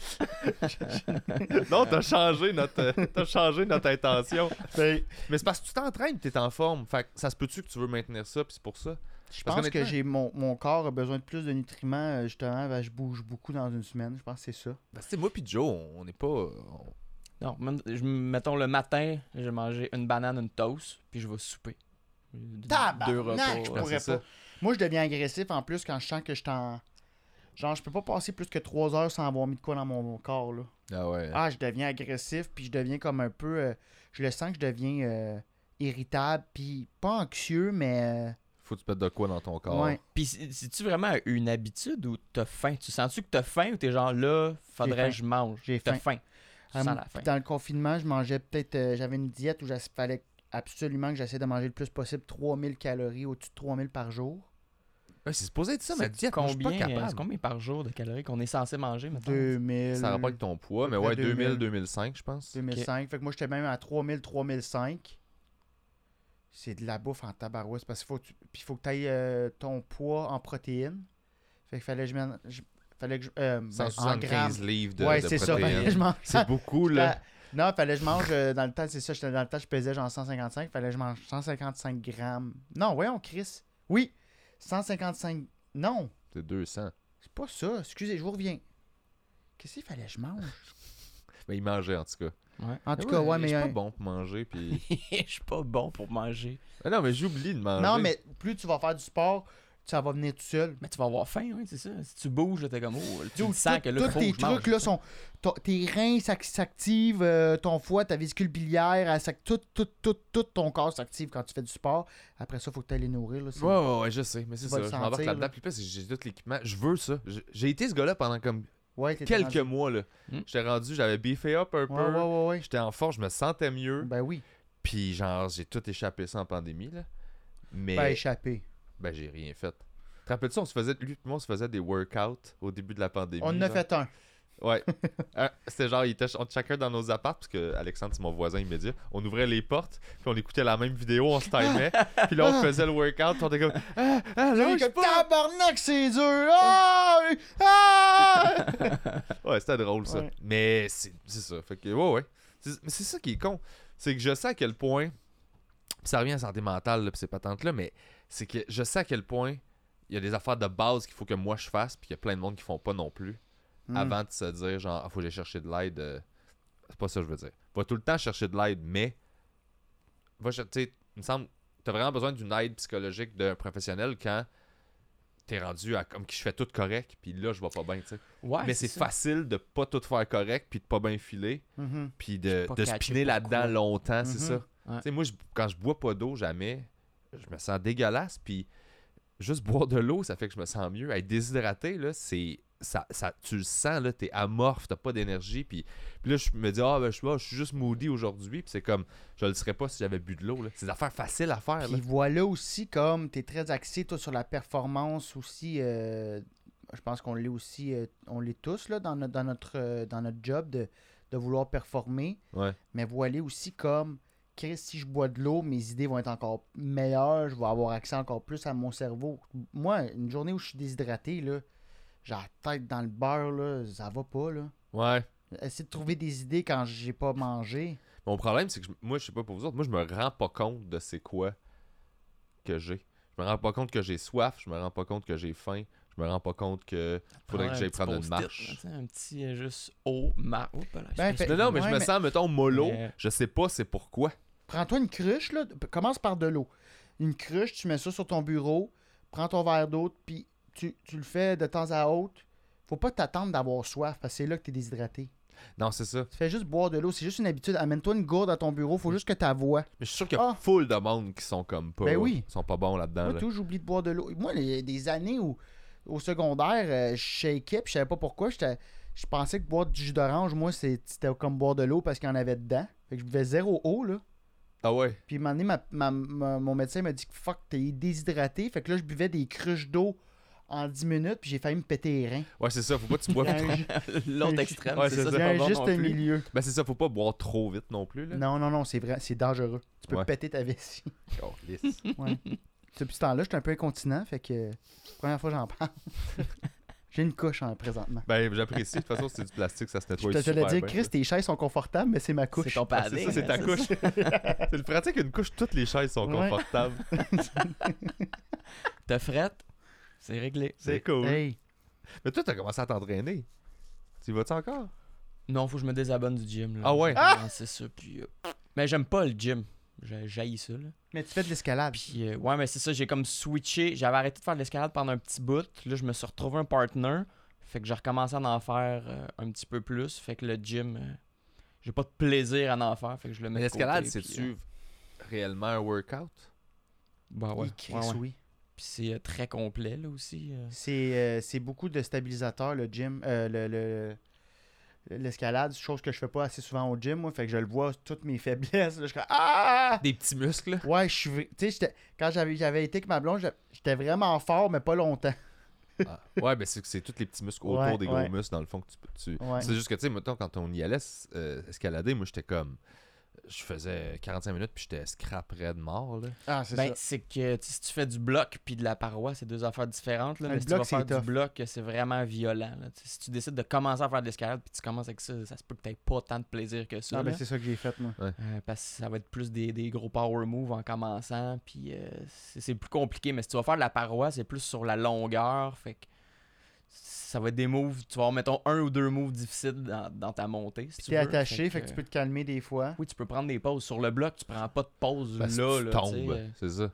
C: non, t'as changé, notre, euh, t'as changé notre intention.
A: Ben,
C: Mais c'est parce que tu t'entraînes, t'es en forme. Fait que ça se peut-tu que tu veux maintenir ça, puis c'est pour ça.
A: Je
C: Parce
A: pense que
C: qu'honnêtement-
A: j'ai mon, mon corps a besoin de plus de nutriments, euh, justement, parce que je bouge beaucoup dans une semaine. Je pense que c'est ça.
C: Parce que tu sais, Bah, moi puis Joe, on n'est pas. on-
B: Non, même- je- mettons le matin, j'ai mangé une banane, une toast, puis je vais souper. Deux
A: Tabarnak, je
B: repas.
A: pourrais
C: Ouais, c'est
A: pas. Moi, je deviens agressif en plus quand je sens que je t'en. Genre, je peux pas passer plus que trois heures sans avoir mis de quoi dans mon, mon corps, là.
C: Ah ouais.
A: Ah, je deviens agressif, puis je deviens comme un peu. euh, je le sens que je deviens euh, irritable, puis pas anxieux, mais.
C: Faut que tu mettes de quoi dans ton
A: euh,
C: corps.
A: ouais.
B: Puis c'est-tu vraiment une habitude ou t'as faim? Tu sens-tu que t'as faim ou t'es genre là, faudrait
A: faim.
B: que je mange?
A: J'ai
B: T'as
A: faim.
B: faim. Tu
A: Ah,
B: sens
A: moi,
B: la faim.
A: Dans le confinement, je mangeais peut-être. euh, J'avais une diète où il fallait absolument que j'essaie de manger le plus possible 3000 calories, au-dessus de 3000 par jour.
C: Ouais, c'est supposé être ça, ma
B: C'est
C: diète. moi, je suis
B: combien,
C: pas
B: euh,
C: capable.
B: c'est combien par jour de calories qu'on est censé manger maintenant?
A: 2000.
C: Ça rapporte avec ton poids, mais
A: peu
C: ouais,
A: près 2000.
C: 2000, 2005, je pense.
A: 2005. Fait que moi, j'étais même à 3000, 3005. c'est de la bouffe en tabarouette. Parce qu'il faut, que tu- puis faut que tu ailles ton poids en protéines. Fait que fallait que je m'en. je- Fallait que je. euh, ben, en grammes.
C: 175 livres de,
A: ouais,
C: de
A: c'est ça. Fallait que
C: protéines.
A: je Ah. mange.
C: C'est beaucoup, là.
A: Non, fallait que je mange euh, dans le temps, c'est ça, j'étais dans le temps, je pesais genre 155, fallait que je mange 155 grammes. Non, voyons, Chris. Oui, 155. Non,
C: C'est 200.
A: c'est pas ça. Excusez, je vous reviens. Qu'est-ce qu'il fallait que je mange
C: Mais il mangeait, en tout cas.
A: En tout cas, ouais, mais.
C: C'est pas
A: euh,
C: bon pour manger, puis...
B: Ben Je suis pas bon pour manger.
C: Ah non, mais j'oublie de manger.
A: Non, mais plus tu vas faire du sport, ça va venir tout seul.
B: Mais tu vas avoir faim, hein, c'est ça. Si tu bouges, là, t'es comme, oh, tu
A: Dude,
B: le sens
A: tout-
B: que là,
A: tous
B: faut
A: tes
B: que je mange.
A: trucs là sont. ton- Tes reins s'ac- s'activent, euh, ton foie, ta vésicule biliaire, elle s'ac- tout, tout, tout, tout ton corps s'active quand tu fais du sport. Après ça, faut que tu ailles les nourrir. Là, c'est-
C: Ouais, ouais, ouais, je sais, mais c'est
A: Tu vas
C: ça.
A: le
C: Je
A: sentir,
C: m'embarque
A: là.
C: là-dedans. Puis le pire, c'est que j'ai tout l'équipement. Je veux ça. Je- J'ai été ce gars-là pendant comme
A: Ouais, t'étais
C: quelques
A: rendu-
C: mois, là.
B: Hmm.
C: J'étais rendu, j'avais beefé up un peu.
A: Ouais, ouais, ouais, ouais.
C: J'étais en forme, je me sentais mieux.
A: Ben oui.
C: Puis genre, j'ai tout échappé ça en pandémie, là. Mais
A: Ben
C: ben,
A: échappé.
C: j'ai rien fait. Te rappelles-tu, on se faisait, lui et moi, on se faisait des workouts au début de la pandémie.
A: On en a
C: genre.
A: fait un.
C: Ouais. Ah, C'était genre, il était ch- on- chacun dans nos apparts, parce que Alexandre, c'est mon voisin immédiat. On ouvrait les portes, puis on écoutait la même vidéo, on se timait. puis là, on faisait le workout, puis on était comme, ah, ah,
A: Ah,
C: lâche pas!
A: Tabarnak, c'est dur! Ah! Ah!
C: Ouais, c'était drôle ça.
A: Ouais.
C: Mais c'est c'est ça. Fait que, ouais, ouais. C'est- Mais c'est ça qui est con. C'est que je sais à quel point. pis ça revient à la santé mentale, là, pis ces patentes-là, mais c'est que je sais à quel point il y a des affaires de base qu'il faut que moi je fasse, puis il y a plein de monde qui font pas non plus.
B: Mmh.
C: Avant de se dire, genre, ah, faut que j'aille chercher de l'aide. euh, C'est pas ça que je veux dire. Va tout le temps chercher de l'aide, mais. Va, cher- tu sais, il me semble, t'as vraiment besoin d'une aide psychologique d'un professionnel quand t'es rendu à comme que je fais tout correct, puis là, je vais pas bien, tu sais
B: Ouais,
C: mais c'est
B: ça.
C: facile de pas tout faire correct puis de pas bien filer
A: Mhm.
C: puis de,
B: pas
C: de
B: catché
C: spinner
B: pourquoi.
C: là-dedans longtemps, c'est
A: Mhm.
C: ça.
B: Mm-hmm. Ouais.
C: Tu sais, moi, je- quand je bois pas d'eau, jamais, je me sens dégueulasse. Puis juste boire de l'eau, ça fait que je me sens mieux. Être déshydraté, là, c'est. Ça, ça, tu le sens, là, t'es amorphe, t'as pas d'énergie. Puis, puis là, je me dis, ah, ben, je, ah, je suis juste moody aujourd'hui. Puis c'est comme, je le serais pas si j'avais bu de l'eau. là. C'est des affaires faciles à faire. là.
A: Puis voilà aussi, comme t'es très axé, toi, sur la performance aussi. euh, je pense qu'on l'est aussi, euh, on l'est tous, là, dans, notre- dans, notre, euh, dans notre job de, de vouloir performer.
C: Ouais.
A: Mais voilà aussi, comme, Chris, si je bois de l'eau, mes idées vont être encore meilleures, je vais avoir accès encore plus à mon cerveau. Moi, une journée où je suis déshydraté, là, j'ai la tête dans le beurre, là, ça va pas, là.
C: Ouais.
A: Essayer de trouver des idées quand j'ai pas mangé.
C: Mon problème, c'est que je- moi, je sais pas pour vous autres, moi, je me rends pas compte de c'est quoi que j'ai. Je me rends pas compte que j'ai soif, je me rends pas compte que j'ai faim, je me rends pas compte que faudrait
B: Ouais,
C: que
B: un
C: j'aille
B: petit
C: prendre une
B: post-it, là,
C: marche.
B: tu sais, Un petit euh, juste haut, marque. Oups, là,
A: Ben,
B: je-
A: fait-
C: Non, non, mais je
A: Ouais,
C: me
A: mais- euh,
C: sens, mettons, mollo,
B: Mais-
C: je sais pas c'est pourquoi.
A: Prends-toi une cruche, là. P- Commence par de l'eau. Une cruche, tu mets ça sur ton bureau, prends ton verre d'eau, puis tu, tu le fais de temps à autre. Faut pas t'attendre d'avoir soif, parce que c'est là que t'es déshydraté.
C: Non, c'est ça.
A: Tu fais juste boire de l'eau, c'est juste une habitude. Amène-toi une gourde à ton bureau, faut juste que t'as voix.
C: Mais je suis sûr qu'il y a
A: Ah.
C: full de monde qui sont comme pas.
A: Ben oui.
C: Sont pas bons là-dedans.
A: Moi,
C: là.
A: tout, j'oublie de boire de l'eau. Moi, il y a des années où, au secondaire, euh, je shakeais, puis je savais pas pourquoi. J'étais- Je pensais que boire du jus d'orange, moi, c'est- c'était comme boire de l'eau parce qu'il y en avait dedans. Fait que je buvais zéro eau, là.
C: Ah ouais.
A: Puis, un moment donné, ma- ma- ma- mon médecin m'a dit que fuck, t'es déshydraté. Fait que là, je buvais des cruches d'eau en 10 minutes, puis j'ai failli me péter les reins.
C: Ouais, c'est ça, faut pas que tu bois
A: Il y a
C: trop.
A: un-
B: L'autre
A: Ouais,
B: extrême,
C: c'est
B: c'est
A: il
B: ça.
A: y a
B: c'est
A: un
B: pas bon
A: juste
B: non
A: un
B: plus.
A: milieu.
C: Ben c'est ça, faut pas boire trop vite non plus. Là.
A: Non, non, non, c'est vrai, c'est dangereux. Tu peux
C: Ouais.
A: péter ta vessie.
C: Oh, lisse.
A: Ouais. Depuis ce temps-là, je suis un peu incontinent, fait que première fois que j'en parle. j'ai une couche en présentement.
C: ben j'apprécie. De toute façon, c'est du plastique, ça se
A: Je
C: nettoie
A: te je te l'ai
C: super
A: dit,
C: bien.
A: Chris, tes chaises sont confortables, mais c'est ma couche.
B: C'est ton
C: Ah, c'est
B: pavé.
C: ça, c'est ta
B: hein,
C: couche. c'est le pratique, une couche, toutes les
A: Ouais.
C: chaises sont confortables.
B: T'as frette, c'est réglé.
C: C'est cool.
A: Hey,
C: Mais toi, t'as commencé à t'entraîner. Tu y vas-tu encore?
B: Non, faut que je me désabonne du gym. Là.
C: Ah ouais?
B: C'est ça. Puis, euh, Mais j'aime pas le gym. J'ai j'haïs ça. Là.
A: mais tu fais de l'escalade.
B: Puis, euh, ouais, mais c'est ça, j'ai comme switché. J'avais arrêté de faire de l'escalade pendant un petit bout. Là, je me suis retrouvé un partner. Fait que j'ai recommencé à en faire euh, un petit peu plus. Fait que le gym, euh, j'ai pas de plaisir à en faire. Fait que je le mets
C: Mais
B: de
C: l'escalade,
B: côté, puis, euh,
C: c'est-tu euh, réellement un workout?
B: Bah ouais.
A: Oui, Chris,
B: ouais, ouais.
A: oui.
B: Puis c'est euh, très complet, là aussi. euh.
A: C'est euh, c'est beaucoup de stabilisateurs, le gym, euh, le- le- l'escalade, chose que je fais pas assez souvent au gym, moi, fait que je le vois, toutes mes faiblesses, là, je suis comme, ah!
C: Des petits muscles?
A: Ouais, je suis, tu sais, j'étais- quand j'avais j'avais été avec ma blonde, j'a- j'étais vraiment fort, mais pas longtemps.
C: Ah, Ouais, ben c'est, c'est tous les petits muscles autour
A: Ouais,
C: des gros
A: ouais.
C: muscles, dans le fond, que tu peux. tu-
A: Ouais.
C: C'est juste que, tu sais, mettons, quand on y allait euh, escalader, moi, j'étais comme. je faisais 45 minutes puis j'étais scrap raide mort. Là.
A: Ah, c'est
B: Ben,
A: ça.
B: c'est que tu sais, si tu fais du bloc puis de la paroi, c'est deux affaires différentes. Là,
A: Ah,
B: mais
A: le
B: si
A: bloc,
B: tu vas
A: c'est
B: faire
A: tough.
B: du bloc, c'est vraiment violent. là. Tu sais, Si tu décides de commencer à faire de l'escalade puis tu commences avec ça, ça se peut que tu pas tant de plaisir que ça.
A: Ah, ben,
B: là.
A: c'est ça que j'ai fait, moi.
B: Euh, parce que ça va être plus des, des gros power moves en commençant. Puis euh, c'est c'est plus compliqué. Mais si tu vas faire de la paroi, c'est plus sur la longueur. Fait que ça va être des moves. Tu vas avoir, mettons, un ou deux moves difficiles dans, dans ta montée. Si tu
A: T'es
B: veux.
A: attaché, fait que, tu peux te calmer des fois.
B: Oui, tu peux prendre des pauses. Sur le bloc, tu prends pas de pause
C: Parce
B: là.
C: que tu
B: là, tu sais,
C: tombes,
B: euh.
C: c'est ça.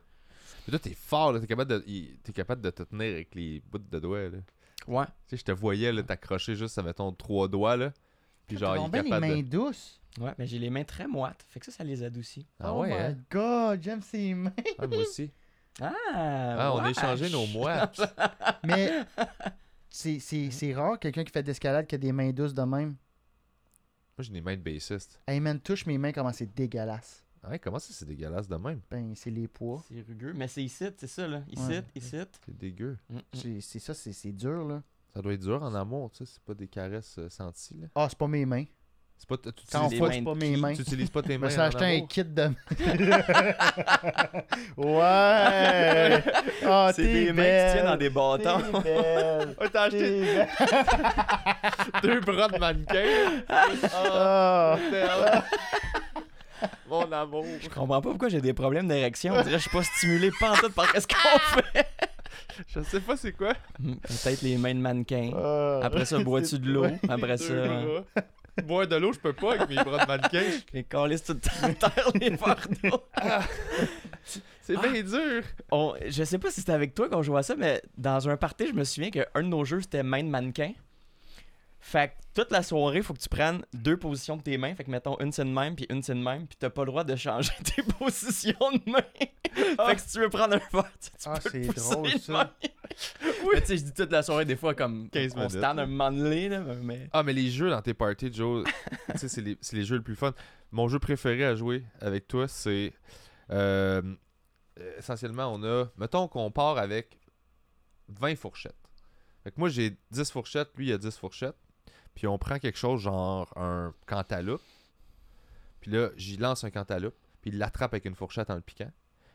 C: Mais toi, t'es fort, là. T'es capable, de... il- t'es capable de te tenir avec les bouts de doigts, là.
B: Ouais.
C: Tu sais, je te voyais, là, t'accrocher juste à, mettons, trois doigts, là. Puis genre, il
A: Ils
C: est
A: bien les
C: capable
A: mains
C: de...
A: douces.
B: Ouais, mais j'ai les mains très moites. Fait que ça, ça les adoucit.
C: Ah
A: oh
C: ouais,
A: my
C: hein?
A: god, j'aime ces mains.
C: Ah, moi aussi.
B: Ah,
C: Ah, on a
B: ouais.
C: échangé nos mois.
A: Mais c'est- c'est c'est rare quelqu'un qui fait de l'escalade qui a des mains douces de même.
C: Moi, j'ai des mains de bassiste.
A: Hey man, touche mes mains comment c'est dégueulasse.
C: Ah Ouais, comment ça, c'est dégueulasse de même?
A: Ben, c'est les poids.
B: C'est rugueux. Mais c'est ici, c'est ça, là. Ici,
A: Ouais.
B: ici.
C: C'est dégueu.
B: Mm, mm.
A: C'est c'est ça, c'est c'est dur, là.
C: Ça doit être dur en amour, tu sais. C'est pas des caresses euh, senties, là.
A: Ah, c'est pas mes mains.
C: C'est pas... Tu utilises,
A: Quand on
B: les
A: fout,
B: mains
A: c'est
B: de
A: pas mes
B: qui?
A: mains.
C: tu utilises pas tes
A: Je
C: mains
A: me suis
C: en
A: acheté un
C: amour?
A: kit de. ouais! Ah,
B: C'est
A: t'es
B: des mains qui tiennent dans
A: belle.
B: des bâtons.
A: T'es belle.
C: Ah, t'as
A: T'es
C: acheté
A: belle.
C: deux bras de mannequin.
A: Ah.
C: Mon amour.
B: Je comprends pas pourquoi j'ai des problèmes d'érection. On dirait que je suis pas stimulé pantoute par ce qu'on
C: Ah!
B: fait.
C: Je sais pas c'est quoi.
B: Hmm, Peut-être les mains de mannequin.
A: Ah.
B: Après ça, bois-tu de l'eau. Après ça, euh,
C: Deux
A: hein.
C: bras. Boire de l'eau, je peux pas avec mes bras de mannequin.
B: les câlisses tout à terre, les fardeaux.
C: C'est bien dur.
B: On- je sais pas si c'était avec toi qu'on jouait à ça, mais dans un party, je me souviens qu'un de nos jeux, c'était main de mannequin. Fait que toute la soirée, faut que tu prennes deux positions de tes mains. Fait que mettons une c'est de même, puis une c'est de même, puis t'as pas le droit de changer tes positions de main. fait que si tu veux prendre un verre, tu, tu
A: Ah,
B: peux le
A: c'est
B: pousser
A: drôle,
B: de
A: ça.
B: même. Mais tu sais, je dis toute la soirée, des fois, comme
C: 15
B: on se
C: minutes,
B: tente
C: là.
B: un moment donné, là, mais...
C: Ah, mais les jeux dans tes parties, Joe, tu sais, c'est les, c'est les jeux les plus fun. Mon jeu préféré à jouer avec toi, c'est. euh, essentiellement, on a. Mettons qu'on part avec 20 fourchettes. Fait que moi, j'ai 10 fourchettes, lui, il a 10 fourchettes. Puis on prend quelque chose, genre un cantaloupe. Puis là, j'y lance un cantaloupe. Puis il l'attrape avec une fourchette en le piquant.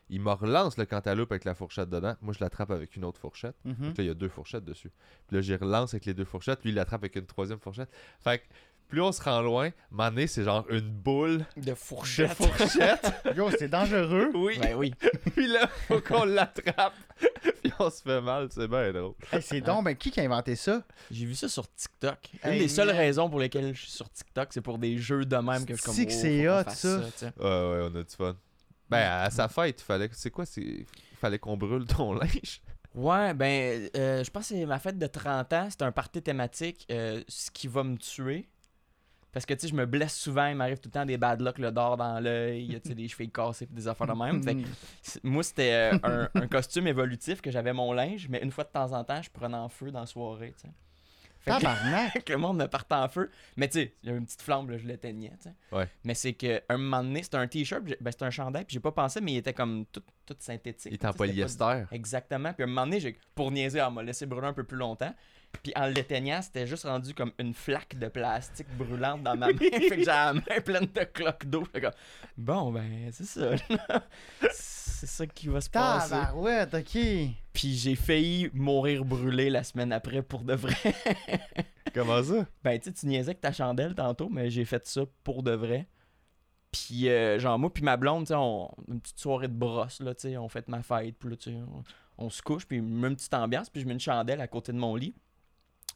C: Il me relance le cantaloupe avec la fourchette dedans. Moi, je l'attrape avec une autre fourchette.
A: Mhm.
C: Puis là, il y a deux fourchettes dessus. Puis là, j'y relance avec les deux fourchettes. Lui, il l'attrape avec une troisième fourchette. Fait que plus on se rend loin, mané, c'est genre une boule
B: De
C: de
B: fourchette.
C: fourchette.
A: Yo, c'est dangereux.
C: oui.
B: Ben oui.
C: Puis là, faut qu'on l'attrape. Puis on se fait mal. C'est bien drôle.
A: Hey, c'est donc, ben, qui qui a inventé ça?
B: J'ai vu ça sur TikTok. Une
A: Hey,
B: des seules
A: man.
B: raisons pour lesquelles je suis sur TikTok, c'est pour des jeux de même que je comme
A: C'est que
B: oh,
A: c'est
B: faut qu'on
A: hot,
B: fasse
A: ça.
B: tu sais.
C: Ouais, ouais, on a du fun. Ben, à sa fête, il fallait. C'est quoi c'est... Il fallait qu'on brûle ton linge.
B: Ouais, ben, euh, je pense que c'est ma fête de 30 ans. C'est un party thématique, euh, ce qui va me tuer. Parce que, tu sais, je me blesse souvent. Il m'arrive tout le temps des bad luck, le dard dans l'œil, tu sais, des chevilles cassées, puis des affaires de même. Ah,
A: Hmm.
B: Fait que c'est- moi, c'était euh, un, un costume évolutif que j'avais mon linge, mais une fois de temps en temps, je prenais en feu dans la soirée, tu sais. Fait que-
A: Tabarnak!
B: que le monde me partait en feu. Mais tu sais, il y avait une petite flamme, là, je l'éteignais. tu sais.
C: Ouais.
B: Mais c'est qu'à un moment donné, c'était un t-shirt, j'ai- ben, c'était un chandail, puis j'ai pas pensé, mais il était comme tout, tout synthétique.
C: Il était en
B: tu sais, c'était pas du-
C: polyester.
B: Exactement. Puis à un moment donné, j'ai- pour niaiser, on m'a laissé brûler un peu plus longtemps. Puis en l'éteignant, c'était juste rendu comme une flaque de plastique brûlante dans ma main. fait que j'ai la main pleine de cloques d'eau. J'étais comme, Bon, ben, c'est ça. là. Ah, c'est ça qui va se passer.
A: Tabarouette, ok.
B: Puis j'ai failli mourir brûlé la semaine après pour de vrai.
C: Comment ça?
B: Ben, tu sais, tu niaisais avec ta chandelle tantôt, mais j'ai fait ça pour de vrai. Puis, euh, genre, moi, puis ma blonde, tu sais, on- une petite soirée de brosse, là, tu sais, on fait ma fête, puis là, tu sais, on, on se couche, puis je mets une petite ambiance, puis je mets une chandelle à côté de mon lit.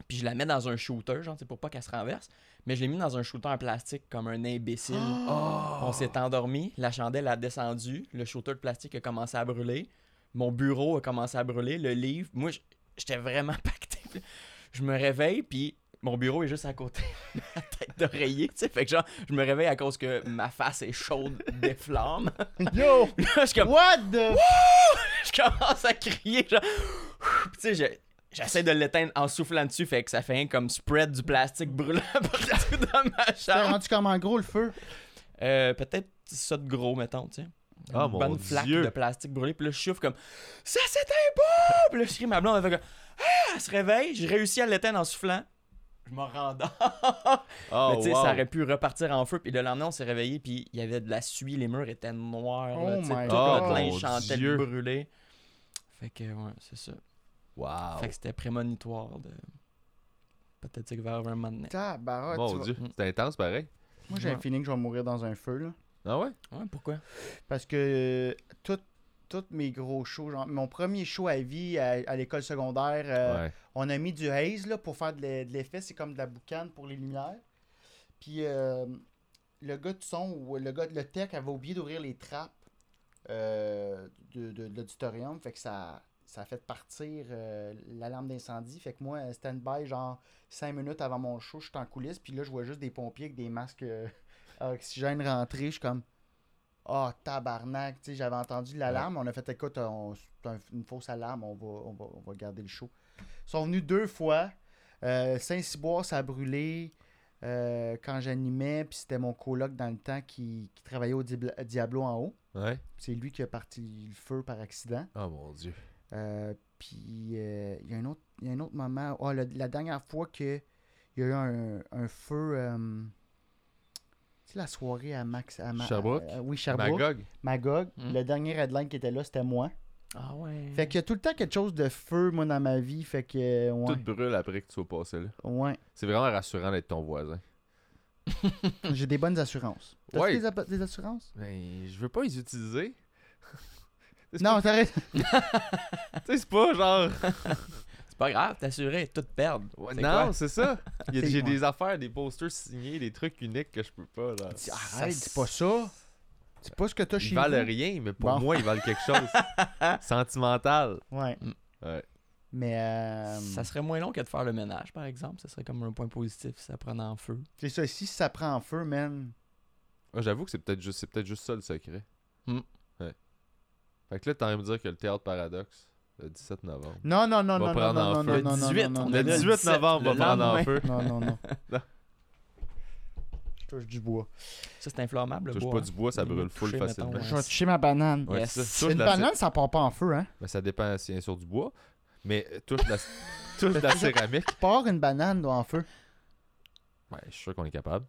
B: Puis je la mets dans un shooter, genre, tu sais, pour pas qu'elle se renverse. Mais je l'ai mis dans un shooter en plastique comme un imbécile.
A: Ah!
B: On s'est endormi, la chandelle a descendu, le shooter de plastique a commencé à brûler, mon bureau a commencé à brûler, le livre. Moi, j- j'étais vraiment pacté. Je me réveille, puis mon bureau est juste à côté de ma tête d'oreiller, tu sais. Fait que genre, je me réveille à cause que ma face est chaude des flammes.
A: Yo!
B: Là, je, comme-
A: What the?
B: je commence à crier, genre. Puis tu sais, je- J'essaie de l'éteindre en soufflant dessus, fait que ça fait un comme spread du plastique brûlant partout dans ma
A: T'es
B: chambre.
A: rendu comme en gros le feu.
B: Euh, peut-être ça de gros, mettons, tu sais. Une
C: Ah, mon
B: bonne flaque
C: Dieu.
B: de plastique brûlé. Puis là, je chauffe comme Ça, c'est pas! Puis là, je crie ma blonde. Elle fait comme Ah, elle se réveille. Je réussis à l'éteindre en soufflant. je m'en rendors.
C: Oh,
B: Mais tu sais,
C: wow.
B: ça aurait pu repartir en feu. Puis le lendemain, on s'est réveillé, puis il y avait de la suie, les murs étaient noirs. là,
A: Oh
B: tu sais,
A: my
B: tout
A: God.
B: notre linge
C: Oh,
B: chantait de
C: Dieu.
B: brûler. Fait que, ouais, c'est ça.
C: Wow.
B: Fait que c'était prémonitoire de. Peut-être que vers un moment donné.
A: Tabarote, tu
C: Mon
A: vois.
C: Dieu, c'est intense pareil.
A: Moi, j'ai un
B: Ouais.
A: feeling que je vais mourir dans un feu, là.
C: Ah ouais?
B: Ouais, pourquoi
A: Parce que euh, tout- tous mes gros shows, genre, mon premier show à vie à, à l'école secondaire, euh,
C: ouais.
A: on a mis du haze là, pour faire de l'e- de l'effet, c'est comme de la boucane pour les lumières. Puis euh, le gars de son, ou le gars de le tech avait oublié d'ouvrir les trappes euh, de, de- de l'auditorium, fait que ça, ça a fait partir euh, l'alarme d'incendie. Fait que moi, euh, stand-by, genre 5 minutes avant mon show, je suis en coulisses, puis là, je vois juste des pompiers avec des masques euh, à oxygène rentrés, je suis comme... Ah, tabarnak, tu sais, j'avais entendu l'alarme, on a fait écoute, on- c'est un- une fausse alarme, on va, on, va, on va garder le show. Ils sont venus deux fois. Euh, Saint-Cyboire, ça a brûlé euh, quand j'animais, puis c'était mon coloc dans le temps qui, qui travaillait au Dibla- Diablo en haut.
C: Ouais.
A: C'est lui qui a parti le feu par accident.
C: Oh mon Dieu.
A: Euh, puis euh, il y a un autre, il y a un autre moment. Ah, le- la dernière fois que il y a eu un, un feu. euh, tu sais, la soirée à Max. À Ma-
C: Sherbrooke?
A: euh, oui, Sherbrooke.
C: Magog. Hmm.
A: Magog.
B: Mm.
A: Le dernier headline qui était là, c'était moi.
B: Ah ouais.
A: Fait qu'il y a tout le temps quelque chose de feu, moi, dans ma vie. Fait que. euh,
C: Tout
A: Ouais.
C: brûle après que tu sois passé là.
A: ouais.
C: C'est vraiment rassurant d'être ton voisin.
A: J'ai des bonnes assurances. T'as
C: Ouais.
A: des, app- des assurances?
C: Mais Ben, je veux pas les utiliser. C'est
A: Non, t'arrêtes.
C: Tu sais, c'est pas genre.
B: C'est pas grave, t'es assuré, tout perdre.
C: Ouais,
B: C'est
C: non, c'est ça. Il y a-
A: C'est-
C: J'ai
A: ouais.
C: des affaires, des posters signés, des trucs uniques que je peux pas. Là.
A: Dis- Arrête, dis pas ça. Dis pas ce que t'as
C: Ils
A: chez
C: valent
A: vous.
C: rien, mais pour
A: Bon.
C: moi, ils valent quelque chose. Sentimental.
A: Ouais.
C: Mm. Ouais.
A: Mais.
B: quoi?
A: euh,
B: Ça serait moins long que de faire le ménage, par exemple. Ça serait comme un point positif si ça prenait en feu.
A: C'est ça, si ça prend en feu, man.
C: Ouais, J'avoue que c'est peut-être juste, c'est peut-être juste ça le secret.
B: Hmm.
C: Ouais. Fait que là, t'as envie de me dire que le théâtre paradoxe, le 17 novembre.
A: Non, non, non,
C: Va
A: non, non,
C: prendre en
A: non, non,
C: feu.
A: non, non, non,
B: 18,
A: non,
B: on
A: non,
C: Le
B: est là.
A: non,
C: 18 novembre
B: le
C: va prendre en
B: lendemain.
C: feu.
A: Non, non, non.
C: Non.
A: Je touche du bois.
B: Ça, c'est inflammable. le
C: Touche
B: bois. hein.
C: pas du bois, ça
B: Il va
C: brûle full
B: toucher,
C: facilement.
B: mettons, Ouais,
A: Je vais
B: c'est-
A: toucher ma banane.
C: Ouais,
B: Yes.
C: c'est ça. Touche
A: Une
C: la-
A: banane, ça part pas en feu, hein.
C: Ben, ça dépend si bien sûr du bois, mais euh, touche la, touche la céramique.
A: Part une banane doit en feu.
C: Ouais, je suis sûr qu'on est capable.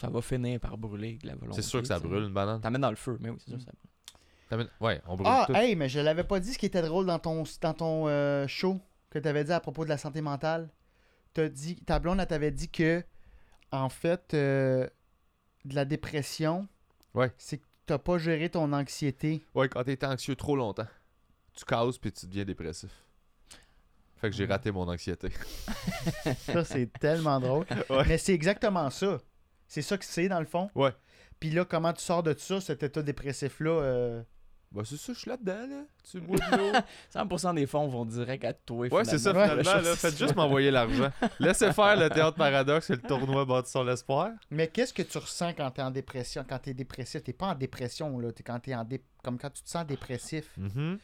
B: Ça va finir par brûler avec la volonté.
C: C'est sûr que ça
B: tu sais.
C: brûle une banane.
B: T'en mets dans le feu, mais oui, c'est sûr que ça brûle.
C: T'amènes- Ouais, on brûle
A: Ah,
C: tout.
A: hey, mais je l'avais pas dit ce qui était drôle dans ton, dans ton euh, show que t'avais dit à propos de la santé mentale. T'as dit, ta blonde, elle t'avait dit que, en fait, euh, de la dépression,
C: Ouais.
A: c'est que t'as pas géré ton anxiété.
C: Ouais, quand t'es anxieux trop longtemps, tu causes puis tu deviens dépressif. Fait que j'ai raté mon anxiété.
A: Ça, c'est tellement drôle.
C: Ouais.
A: Mais c'est exactement ça. C'est ça que c'est, dans le fond.
C: Ouais.
A: Puis là, comment tu sors de ça, cet état dépressif-là euh,
C: bah c'est ça, je suis là-dedans, là. Tu bois de l'eau.
B: 100% des fonds vont direct à toi.
C: Mm. Ouais, c'est ça,
B: finalement.
C: finalement. là, faites juste m'envoyer l'argent. Laissez faire le théâtre paradoxe et le tournoi Bâtissons l'espoir.
A: Mais qu'est-ce que tu ressens quand t'es en dépression Quand t'es dépressif, t'es pas en dépression, là. T'es quand t'es en dé- Comme quand tu te sens dépressif.
C: Mm-hmm.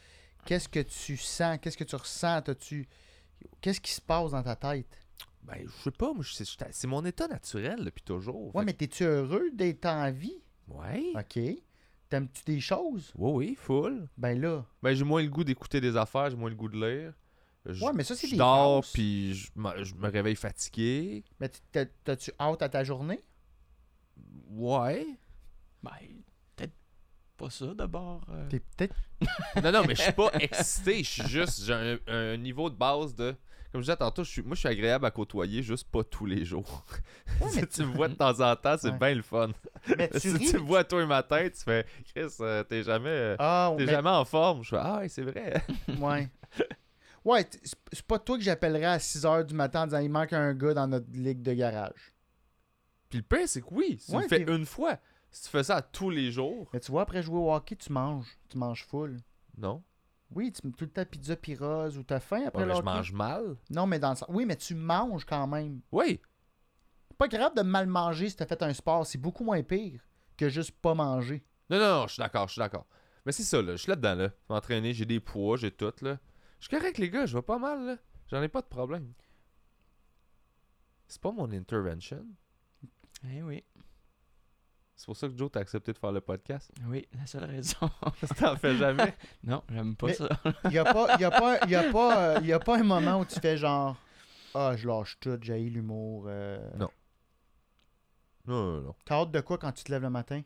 A: Qu'est-ce que tu sens Qu'est-ce que tu ressens T'as-tu- Qu'est-ce qui se passe dans ta tête
C: Ben, je sais pas, moi, je- c'est c'est mon état naturel depuis toujours.
A: Ouais,
C: Fait
A: mais t'es-tu heureux d'être en vie
C: que- Ouais.
A: OK. T'aimes-tu des choses
C: Ouais, oui, full.
A: Ben là.
C: Ben, j'ai moins le goût d'écouter des affaires, j'ai moins le goût de lire. Je,
A: Ouais, mais ça, c'est
C: je
A: des
C: dors,
A: passes.
C: puis je, me- je me réveille fatigué.
A: Mais t- t'as- t'as-tu hâte à ta journée
C: Ouais.
B: Ben, peut-être pas ça d'abord. euh.
A: T'es peut-être.
C: Non, non, mais je suis pas excité. Je suis juste. J'ai un, un niveau de base de. Comme je disais tantôt, je suis, moi, je suis agréable à côtoyer, juste pas tous les jours.
A: Ouais, mais
C: si tu me vois de temps en temps, c'est
A: Ouais.
C: bien le fun.
A: mais tu
C: si
A: ris.
C: tu me vois toi et ma tête, tu fais Chris, euh, t'es jamais, euh,
A: Ah,
C: t'es
A: mais-
C: jamais en forme. Je fais Ah, ouais, c'est vrai.
A: Ouais. Ouais, t- c'est c'est pas toi que j'appellerais à 6h du matin en disant il manque un gars dans notre ligue de garage.
C: Puis le pire, c'est que oui, si
A: Ouais,
C: tu le fais
A: puis-
C: une fois, si tu fais ça tous les jours,
A: Mais tu vois, après jouer au hockey, tu manges. Tu manges full.
C: non.
A: Oui, tu mets tout le temps pizza pirose ou t'as faim après
C: Ouais, mais
A: le
C: je
A: hockey.
C: mange mal.
A: Non, mais dans le sens- Oui, mais tu manges quand même.
C: Oui,
A: Pas grave de mal manger si t'as fait un sport. C'est beaucoup moins pire que juste pas manger.
C: Non, non, non, je suis d'accord, je suis d'accord. Mais c'est ça, là, je suis là-dedans, là. Je m'entraîner, j'ai des poids, j'ai tout, là. Je suis correct, les gars, je vais pas mal, là. J'en ai pas de problème. C'est pas mon intervention.
B: Eh oui,
C: C'est pour ça que Joe t'a accepté de faire le podcast.
B: oui, la seule raison.
C: T'en fais jamais.
B: non, j'aime pas
A: Mais-
B: ça.
A: Il y a pas, y a pas, y a pas, euh, y a pas un moment où tu fais genre Ah, je lâche tout, j'ai l'humour. euh.
C: Non. Non, non, non.
A: T'as hâte de quoi quand tu te lèves le matin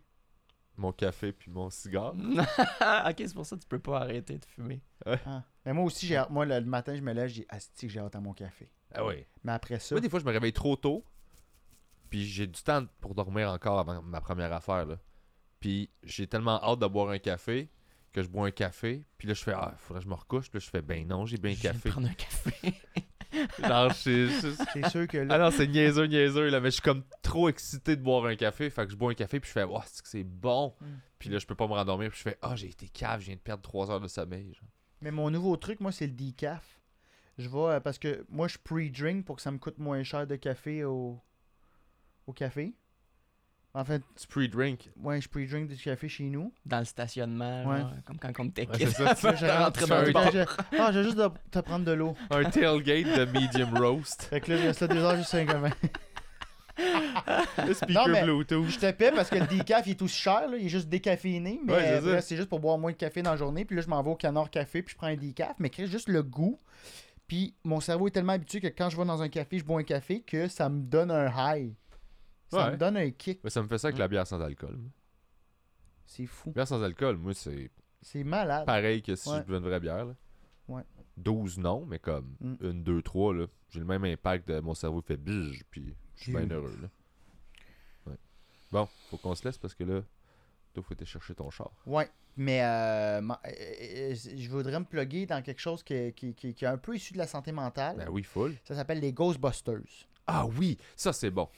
C: Mon café puis mon cigare.
B: ok, c'est pour ça que tu peux pas arrêter de fumer.
A: Ah. Mais moi aussi, j'ai hâte. Moi, le, le matin, je me lève, j'ai asti, que j'ai hâte à mon café.
C: Ah oui.
A: Mais après ça,
C: Moi, des fois, je me réveille trop tôt. Puis j'ai du temps pour dormir encore avant ma première affaire. Là. Puis j'ai tellement hâte de boire un café que je bois un café. Puis là, je fais Ah, faudrait que je me recouche. Puis là, je fais Ben non, j'ai bien un
B: Je viens de
C: café.
B: Prendre un café.
C: Genre, je- je-
A: c'est sûr que là,
C: Ah non, c'est niaiseux, niaiseux, là, mais je suis comme trop excité de boire un café, fait que je bois un café, puis je fais « Wow, c'est que c'est bon!
A: Mm.
C: Puis là, je peux pas me rendormir, puis je fais « Ah, j'ai été cave, je viens de perdre 3 heures de sommeil. genre.
A: Mais mon nouveau truc, moi, c'est le decaf. Je vais. euh, Parce que moi, je pre-drink pour que ça me coûte moins cher de café au, au café. En fait,
C: Tu pre-drink.
A: ouais, je pre-drink du café chez nous.
B: Dans le stationnement,
A: Ouais.
B: genre, comme quand on était
C: Ouais,
B: kid.
C: c'est ça, tu-
A: Là, je rentre-
B: Rentrer dans le
A: je-
B: bar.
A: je- Ah, j'ai juste de te prendre de l'eau.
C: Un tailgate de medium roast.
A: Fait que là, je reste là deux heures juste sur un copain.
C: Le speaker
A: Non, mais-
C: Bluetooth.
A: Je te paie parce que le decaf, il est aussi cher, là. il est juste décaféiné. Mais
C: Ouais, c'est ça.
A: là, c'est juste pour boire moins de café dans la journée. Puis là, je m'en vais au canard café, puis je prends un decaf. Mais crée juste le goût. Puis mon cerveau est tellement habitué que quand je vais dans un café, je bois un café que ça me donne un high. Ça
C: Ouais.
A: me donne un kick.
C: Mais ça me fait
A: Mm.
C: ça avec la bière sans alcool. moi.
A: C'est fou.
C: Bière sans alcool, moi, c'est
A: C'est malade.
C: pareil que si
A: Ah, Ouais.
C: je buvais une vraie bière. Là.
A: Ouais.
C: 12, non, mais comme
A: Mm.
C: une, deux, trois, là, j'ai le même impact de mon cerveau fait bige, puis je suis bien
A: Phew.
C: heureux. Là. Ouais. Bon, faut qu'on se laisse parce que là, toi, faut aller chercher ton char.
A: Ouais. Mais euh, ma- euh, euh, je voudrais me plugger dans quelque chose qui, qui- qui- qui est un peu issu de la santé mentale.
C: Ben oui, full.
A: Ça s'appelle les Ghostbusters.
C: Ah oui, ça c'est bon.
A: Tu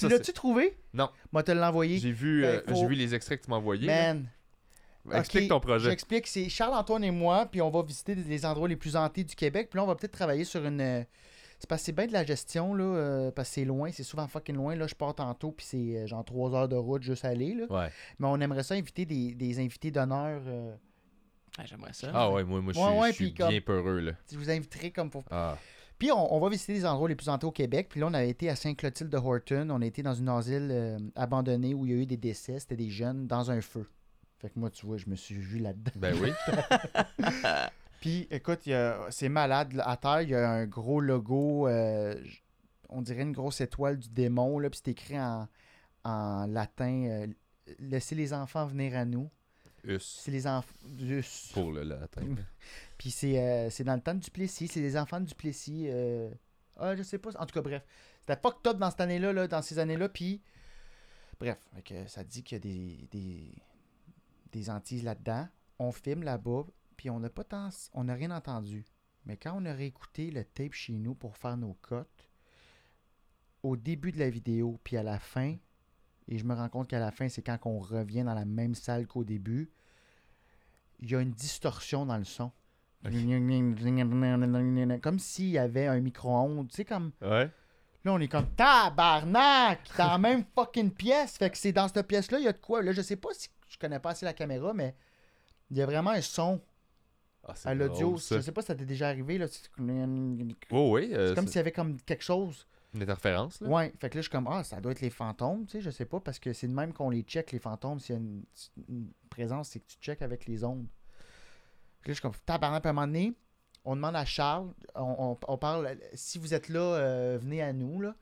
C: Ça, c'est-
A: l'as-tu trouvé?
C: Non.
A: Moi, te l'envoyer.
C: J'ai vu, euh,
A: Ben, faut-
C: j'ai vu les extraits que tu m'as envoyés. là.
A: Man,
C: Ben,
A: ok,
C: Explique ton projet.
A: j'explique. C'est Charles-Antoine et moi, puis on va visiter des- les endroits les plus hantés du Québec. Puis là, on va peut-être travailler sur une. euh, C'est parce que c'est bien de la gestion, là, euh, parce que c'est loin, c'est souvent fucking loin. Là, je pars tantôt, puis c'est euh, genre trois heures de route juste aller, là.
C: Ouais.
A: Mais on aimerait ça inviter des, des invités d'honneur. euh,
B: Ah, J'aimerais ça.
C: Ah ouais, moi, moi je suis-
A: Ouais, ouais,
C: je suis
A: puis comme-
C: bien peureux là.
A: je vous inviterai comme pour
C: Ah.
A: Puis on, on va visiter les endroits les plus hantés au Québec. Puis là, on avait été à Saint-Clotilde-de-Horton. On a été dans une asile euh, abandonnée où il y a eu des décès. C'était des jeunes dans un feu. Fait que moi, tu vois, je me suis vu là-dedans.
C: Ben oui.
A: Puis écoute, il y a- c'est malade. là, À terre, il y a un gros logo, euh, j- on dirait une grosse étoile du démon. Là, puis c'est écrit en, en latin euh, Laissez les enfants venir à nous.
C: Us
A: C'est les enfants.
C: pour le latin.
A: Puis c'est, euh, c'est dans le temps du Plessis, c'est les enfants du Plessis. euh, Ah, je sais pas. En tout cas, bref. C'était fucked top dans cette année-là, là, dans ces années-là. Puis, bref, fait que ça dit qu'il y a des, des, des Antilles là-dedans. On filme là-bas, puis on n'a pas tant, on n'a rien entendu. Mais quand on a réécouté le tape chez nous pour faire nos cotes, au début de la vidéo, puis à la fin, et je me rends compte qu'à la fin, c'est quand on revient dans la même salle qu'au début, il y a une distorsion dans le son. Comme s'il y avait un micro-ondes. Tu sais, comme
C: Ouais.
A: Là, on est comme tabarnak dans la même fucking pièce. Fait que c'est dans cette pièce-là, il y a de quoi. Là, je sais pas si je connais pas assez la caméra, mais il y a vraiment un son
C: Ah, c'est
A: à l'audio.
C: drôle, ça.
A: Je sais pas si ça t'est déjà arrivé. là. C'est c'est
C: Oh oui, euh,
A: comme
C: c'est
A: s'il y avait comme quelque chose.
C: une interférence là.
A: Ouais. Fait que là, je suis comme, ah, ça doit être les fantômes, tu sais, je sais pas, parce que c'est de même qu'on les check, les fantômes. S'il y a une, une présence, c'est que tu check avec les ondes. Fait que là, je suis comme, tabarnak, Puis à un moment donné, on demande à Charles, on, on- on parle, si vous êtes là, euh, venez à nous, là.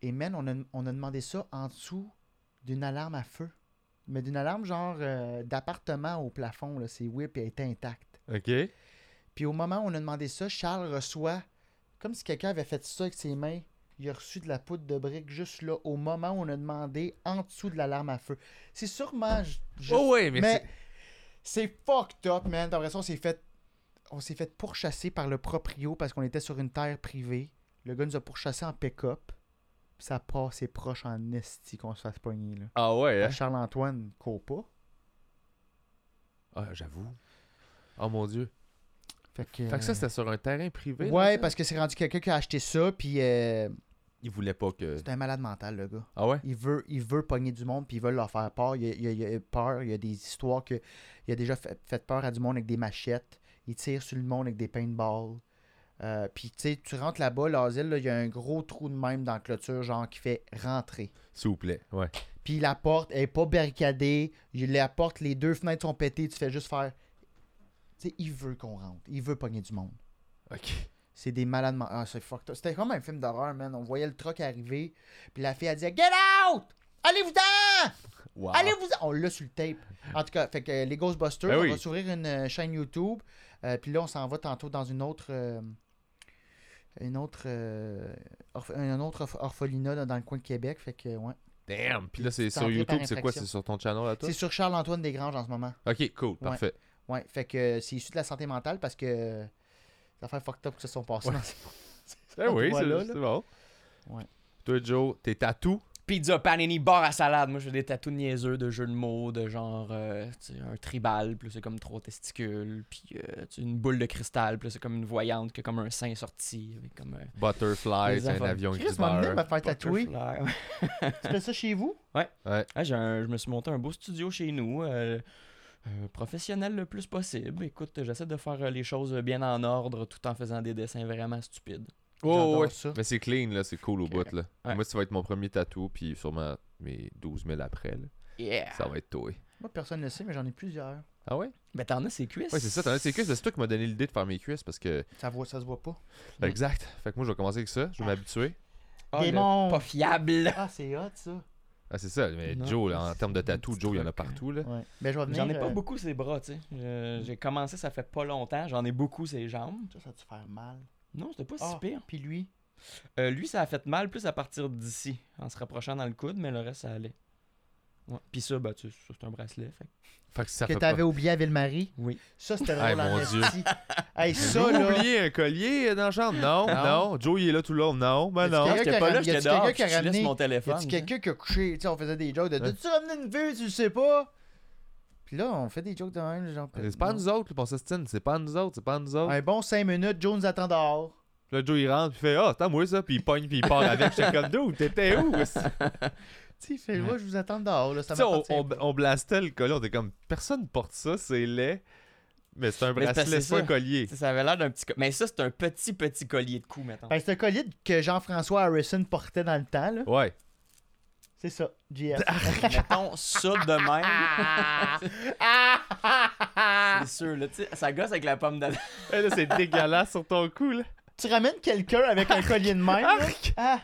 A: Et man, on a, on a demandé ça en dessous d'une alarme à feu. Mais d'une alarme genre euh, d'appartement au plafond, là. C'est weird, puis elle était intacte.
C: OK.
A: Puis au moment où on a demandé ça, Charles reçoit, comme si quelqu'un avait fait ça avec ses mains, il a reçu de la poudre de brique juste là, au moment où on a demandé, en dessous de l'alarme à feu. C'est sûrement. ju- juste-
C: Oh oui, mais,
A: mais
C: c'est-
A: c'est fucked up, man. T'as l'impression qu'on s'est fait. On s'est fait pourchasser par le proprio parce qu'on était sur une terre privée. Le gars nous a pourchassé en pick-up. Puis ça part, c'est proche en esti qu'on se fasse pogner, là.
C: Ah ouais, hein?
A: Charles-Antoine court pas.
C: Ah, j'avoue. Oh mon dieu.
A: Fait que,
C: Fait que ça
A: euh,
C: c'était sur un terrain privé. là,
A: Ouais,
C: ça?
A: parce que c'est rendu quelqu'un qui a acheté ça, puis euh,
C: il voulait pas que
A: c'est un malade mental, le gars.
C: Ah ouais.
A: Il veut, il veut pogner du monde, puis il veut leur faire peur. Il, a- il a- il a peur, il y a des histoires que il a déjà fait, fait peur à du monde avec des machettes. Il tire sur le monde avec des paintballs. Euh, puis tu sais, tu rentres là-bas, l'asile, là, il y a un gros trou de même dans la clôture, genre qui fait rentrer.
C: S'il vous plaît. Ouais.
A: Puis la porte elle est pas barricadée. Il- La porte, les deux fenêtres sont pétées, tu fais juste faire. Tu sais, il veut qu'on rentre. Il veut pogner du monde.
C: OK.
A: C'est des malades. men- Ah, c'est fucked up. C'était comme un film d'horreur, man. On voyait le truck arriver, puis la fille, elle disait Get out Allez-vous-en
C: Wow.
A: Allez-vous On l'a sur le tape. En tout cas, fait que euh, les Ghostbusters,
C: Ben
A: on
C: oui.
A: va s'ouvrir une euh, chaîne YouTube. euh, puis là, on s'en va tantôt dans une autre. euh, une autre. euh, orph- un autre orph- orphelinat là, dans le coin de Québec. Fait que, ouais.
C: Damn! Puis là, c'est
A: T'es
C: sur
A: entré par
C: YouTube, c'est quoi?
A: infraction.
C: C'est sur ton channel à toi?
A: C'est sur Charles-Antoine Desgranges en ce moment.
C: Ok, cool, parfait.
A: Ouais, fait que euh, c'est issu de la santé mentale parce que. euh, des affaires fucked up qui se sont passées. dans ces-
C: Eh oui, c'est
A: Voilà,
C: c'est
A: là.
C: bon.
A: Ouais.
C: Toi, Joe, t'es tatou?
B: Pizza, panini, bar à salade. Moi, je fais des tatous niaiseux de jeux de mots, de genre euh, tu sais, un tribal, plus c'est comme trois testicules, puis euh, tu sais, une boule de cristal, plus c'est comme une voyante que comme un sein sorti, avec comme un.
C: Butterfly,
B: Les
C: c'est un
B: enfants.
C: avion
A: Chris m'a amené à me
C: exubère.
A: faire tatouer.
B: Butterfly.
A: Tu fais ça chez vous
B: Ah, j'ai un- je me suis monté un beau studio chez nous. euh, euh, professionnel le plus possible. Écoute, j'essaie de faire euh, les choses bien en ordre tout en faisant des dessins vraiment stupides.
C: Oh, ouais.
A: J'adore ça.
C: Mais c'est clean, là, c'est cool au
B: Ok.
C: bout, là.
B: Ouais.
C: Moi, ça va être mon premier tatou, puis sûrement mes 12 000 après, là.
B: Yeah!
C: Ça va être toi.
A: Moi, personne ne le sait, mais j'en ai plusieurs.
C: Ah ouais?
B: Mais Ben, t'en as ses cuisses.
C: Ouais, c'est ça, t'en as tes cuisses. mais C'est toi qui m'as donné l'idée de faire mes cuisses parce que.
A: Ça, voit, ça se voit pas.
B: Mm.
C: Exact. Fait que moi, je vais commencer avec ça. Je vais m'habituer.
B: Ah, le
A: Démon.
B: Pas fiable.
A: Ah, c'est hot, ça.
C: Ah, c'est ça. Mais
B: Non,
C: Joe, là,
B: c'est
C: en termes de
B: un
C: tatou,
B: petit
C: Joe, il y en a
B: truc, hein.
C: partout, là.
A: Ouais. Ben, je vais venir.
B: J'en ai pas Hmm.
A: euh,
B: beaucoup ses bras, tu sais. Je- J'ai commencé, ça fait pas longtemps. J'en ai beaucoup ses jambes.
A: Ça, ça va te faire mal.
B: Non, c'était pas
A: Ah.
B: si pire.
A: Puis lui,
B: Euh, lui, ça a fait mal plus à partir d'ici, en se rapprochant dans le coude, mais le reste, ça allait. Ouais. Puis ça, bah, tu sais, ça, c'est un bracelet. Fait. que-
C: Fait que ça
A: que
C: fait
A: t'avais
C: pas-
A: oublié à Ville-Marie.
B: Oui.
A: Ça, c'était
C: Hey,
A: drôle en
C: mon Dieu.
A: esti. Hey,
C: J'ai
A: ça, là.
C: oublié un collier dans la chambre. Non,
B: Non.
C: non. Joe, il est là tout le long. Non, ben
A: Est-ce
C: non.
A: que-
B: J'étais
A: qui a
B: pas là,
A: ram- y
B: j'étais
A: a-tu
B: dehors.
A: quelqu'un
B: puis
A: qui a
B: Je laisse
A: ramené-
B: mon
A: Y
B: téléphone.
A: a-tu quelqu'un qui a couché? Tu sais, on faisait des jokes de
C: hein. Ouais.
A: tu ramené une vue, tu le sais pas? Puis là, on fait des jokes de même, genre.
C: C'est pas à nous autres, là, pour s'ostine. C'est pas à nous autres, c'est pas à nous autres.
A: Un bon 5 minutes, Jones attend dehors.
C: Puis Là, Joe, il rentre, puis il fait Ah, attends, moi ça. Puis il pogne, puis il part avec. J'étais comme Dude, t'étais où aussi?
A: Tu sais, fais moi je vous attends dehors, là. Ça
C: Tu sais, on,
A: m'appartient.
C: on, on blastait le collier. On était comme Personne porte ça, c'est laid. Mais c'est un
B: Mais c'est parce que
C: bracelet,
B: c'est
C: c'est pas un
B: ça.
C: collier.
B: Tu sais, Ça avait l'air d'un petit. co- Mais ça, c'est un petit, petit collier de cou, mettons.
A: Ben, c'est un collier que Jean-François Harrison portait dans le temps, là.
C: Ouais.
A: C'est ça, JF.
B: mettons ça de même. c'est sûr, là. tu sais, Ça gosse avec la pomme d'Adam.
C: Eh, là, c'est dégueulasse sur ton cou, là.
A: tu ramènes quelqu'un avec un collier de même, là. Ah,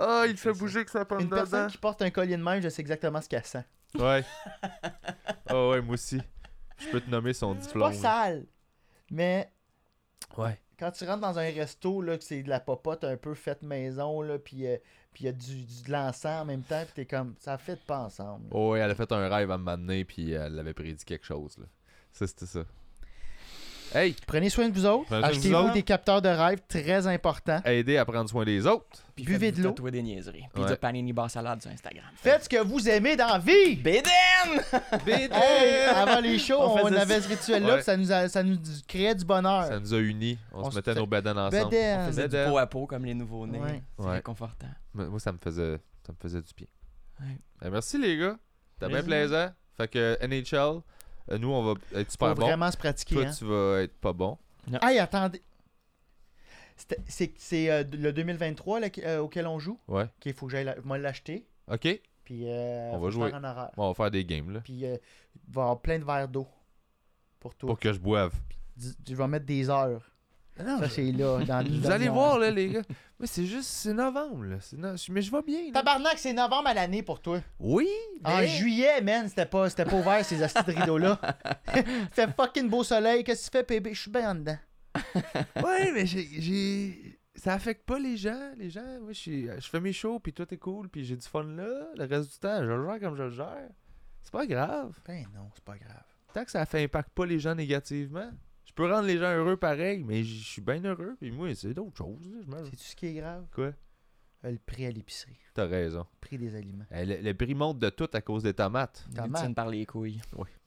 C: Ah, il
B: fait bouger
C: que ça pomme
A: une personne qui porte un collier de même, je sais exactement ce qu'elle sent.
C: Ouais. Ah ouais, moi aussi. Je peux te nommer son diplôme.
A: Pas sale, mais
C: Ouais.
A: quand tu rentres dans un resto, là, que c'est de la popote un peu faite maison, là, puis euh, puis il y a du, du- de l'encens en même temps, puis t'es comme, ça fait pas ensemble.
C: Oh, ouais, elle a fait un rêve à m'amener, puis euh, elle avait prédit quelque chose, là. Ça, c'était ça. Hey!
A: Prenez soin de vous autres.
C: Prenez soin de vous
A: Achetez-vous
C: autres.
A: des capteurs de rêve très importants.
C: Aider à prendre soin des autres.
B: Puis
A: Buvez
B: faites-vous
A: de l'eau.
B: tatouer des niaiseries. Puis
C: Ouais.
B: de panini bar salade sur Instagram.
A: Faites ce que vous aimez dans la vie!
C: Ben,
B: Bédène!
A: Hey, avant les shows,
B: On
A: on,
B: faisait
A: avait ce rituel-là,
C: Ouais.
A: puis ça nous, a- ça nous créait du bonheur.
C: Ça nous a unis. On,
A: On
C: se
A: se
C: mettait
A: fait-
C: nos badanes ensemble.
A: Bédaine.
B: On faisait du
C: Bédaine.
B: peau à peau comme les nouveaux-nés.
A: Euh, Ouais.
B: C'est
C: Ouais.
B: réconfortant.
C: Moi, moi, ça me faisait ça me faisait du bien.
B: Ouais.
C: Ben, merci les gars. C'était bien
B: Plaisir.
C: plaisant. Fait que NHL, euh, nous on va être
A: Faut
C: super bon.
A: vraiment se pratiquer.
C: Toi
A: hein.
C: tu vas être pas bon.
A: Ah, Hey, attendez. C'était- C'est c'est, euh, le 2023 là, qui- euh, auquel on joue.
C: Ouais.
A: Il faut que j'aille la- moi, l'acheter.
C: OK.
A: Puis euh,
C: On
A: faut
C: va
A: que je
C: jouer.
A: parte en horaire.
C: Bon, on va faire des games là.
A: Puis euh, il va y avoir plein de verres d'eau pour toi.
C: Pour que je boive.
A: Tu tu vas mettre des heures. Ça, c'est là. Dans une
C: Vous allez
A: demi-heure.
C: voir là les gars. Mais c'est juste c'est novembre là. C'est no- Mais je vais bien. là.
A: Tabarnak, c'est novembre à l'année pour toi.
C: Oui.
A: En
C: mais-
A: juillet, man, c'était pas, c'était pas ouvert ces astis de rideaux-là. fait fucking beau soleil. Qu'est-ce que tu fais, bébé? Je suis bien en dedans.
C: Ouais, mais j'ai- j'ai. Ça affecte pas les gens. Les gens, moi, je suis- je fais mes shows, puis tout est cool, puis j'ai du fun là. Le reste du temps, je le gère comme je le gère. C'est pas grave.
A: Ben non, c'est pas grave.
C: tant que ça fait impact pas les gens négativement, je peux rendre les gens heureux pareil, mais je suis bien heureux. Puis moi, c'est d'autres choses. là, je m'en-
A: C'est-tu ce qui est grave?
C: Quoi?
A: Euh, Le prix à l'épicerie.
C: T'as raison.
A: Le prix des aliments.
C: Eh, Le, le prix monte de tout à cause des tomates.
B: Ils
A: Comment?
B: nous tiennent par les couilles.
C: Oui.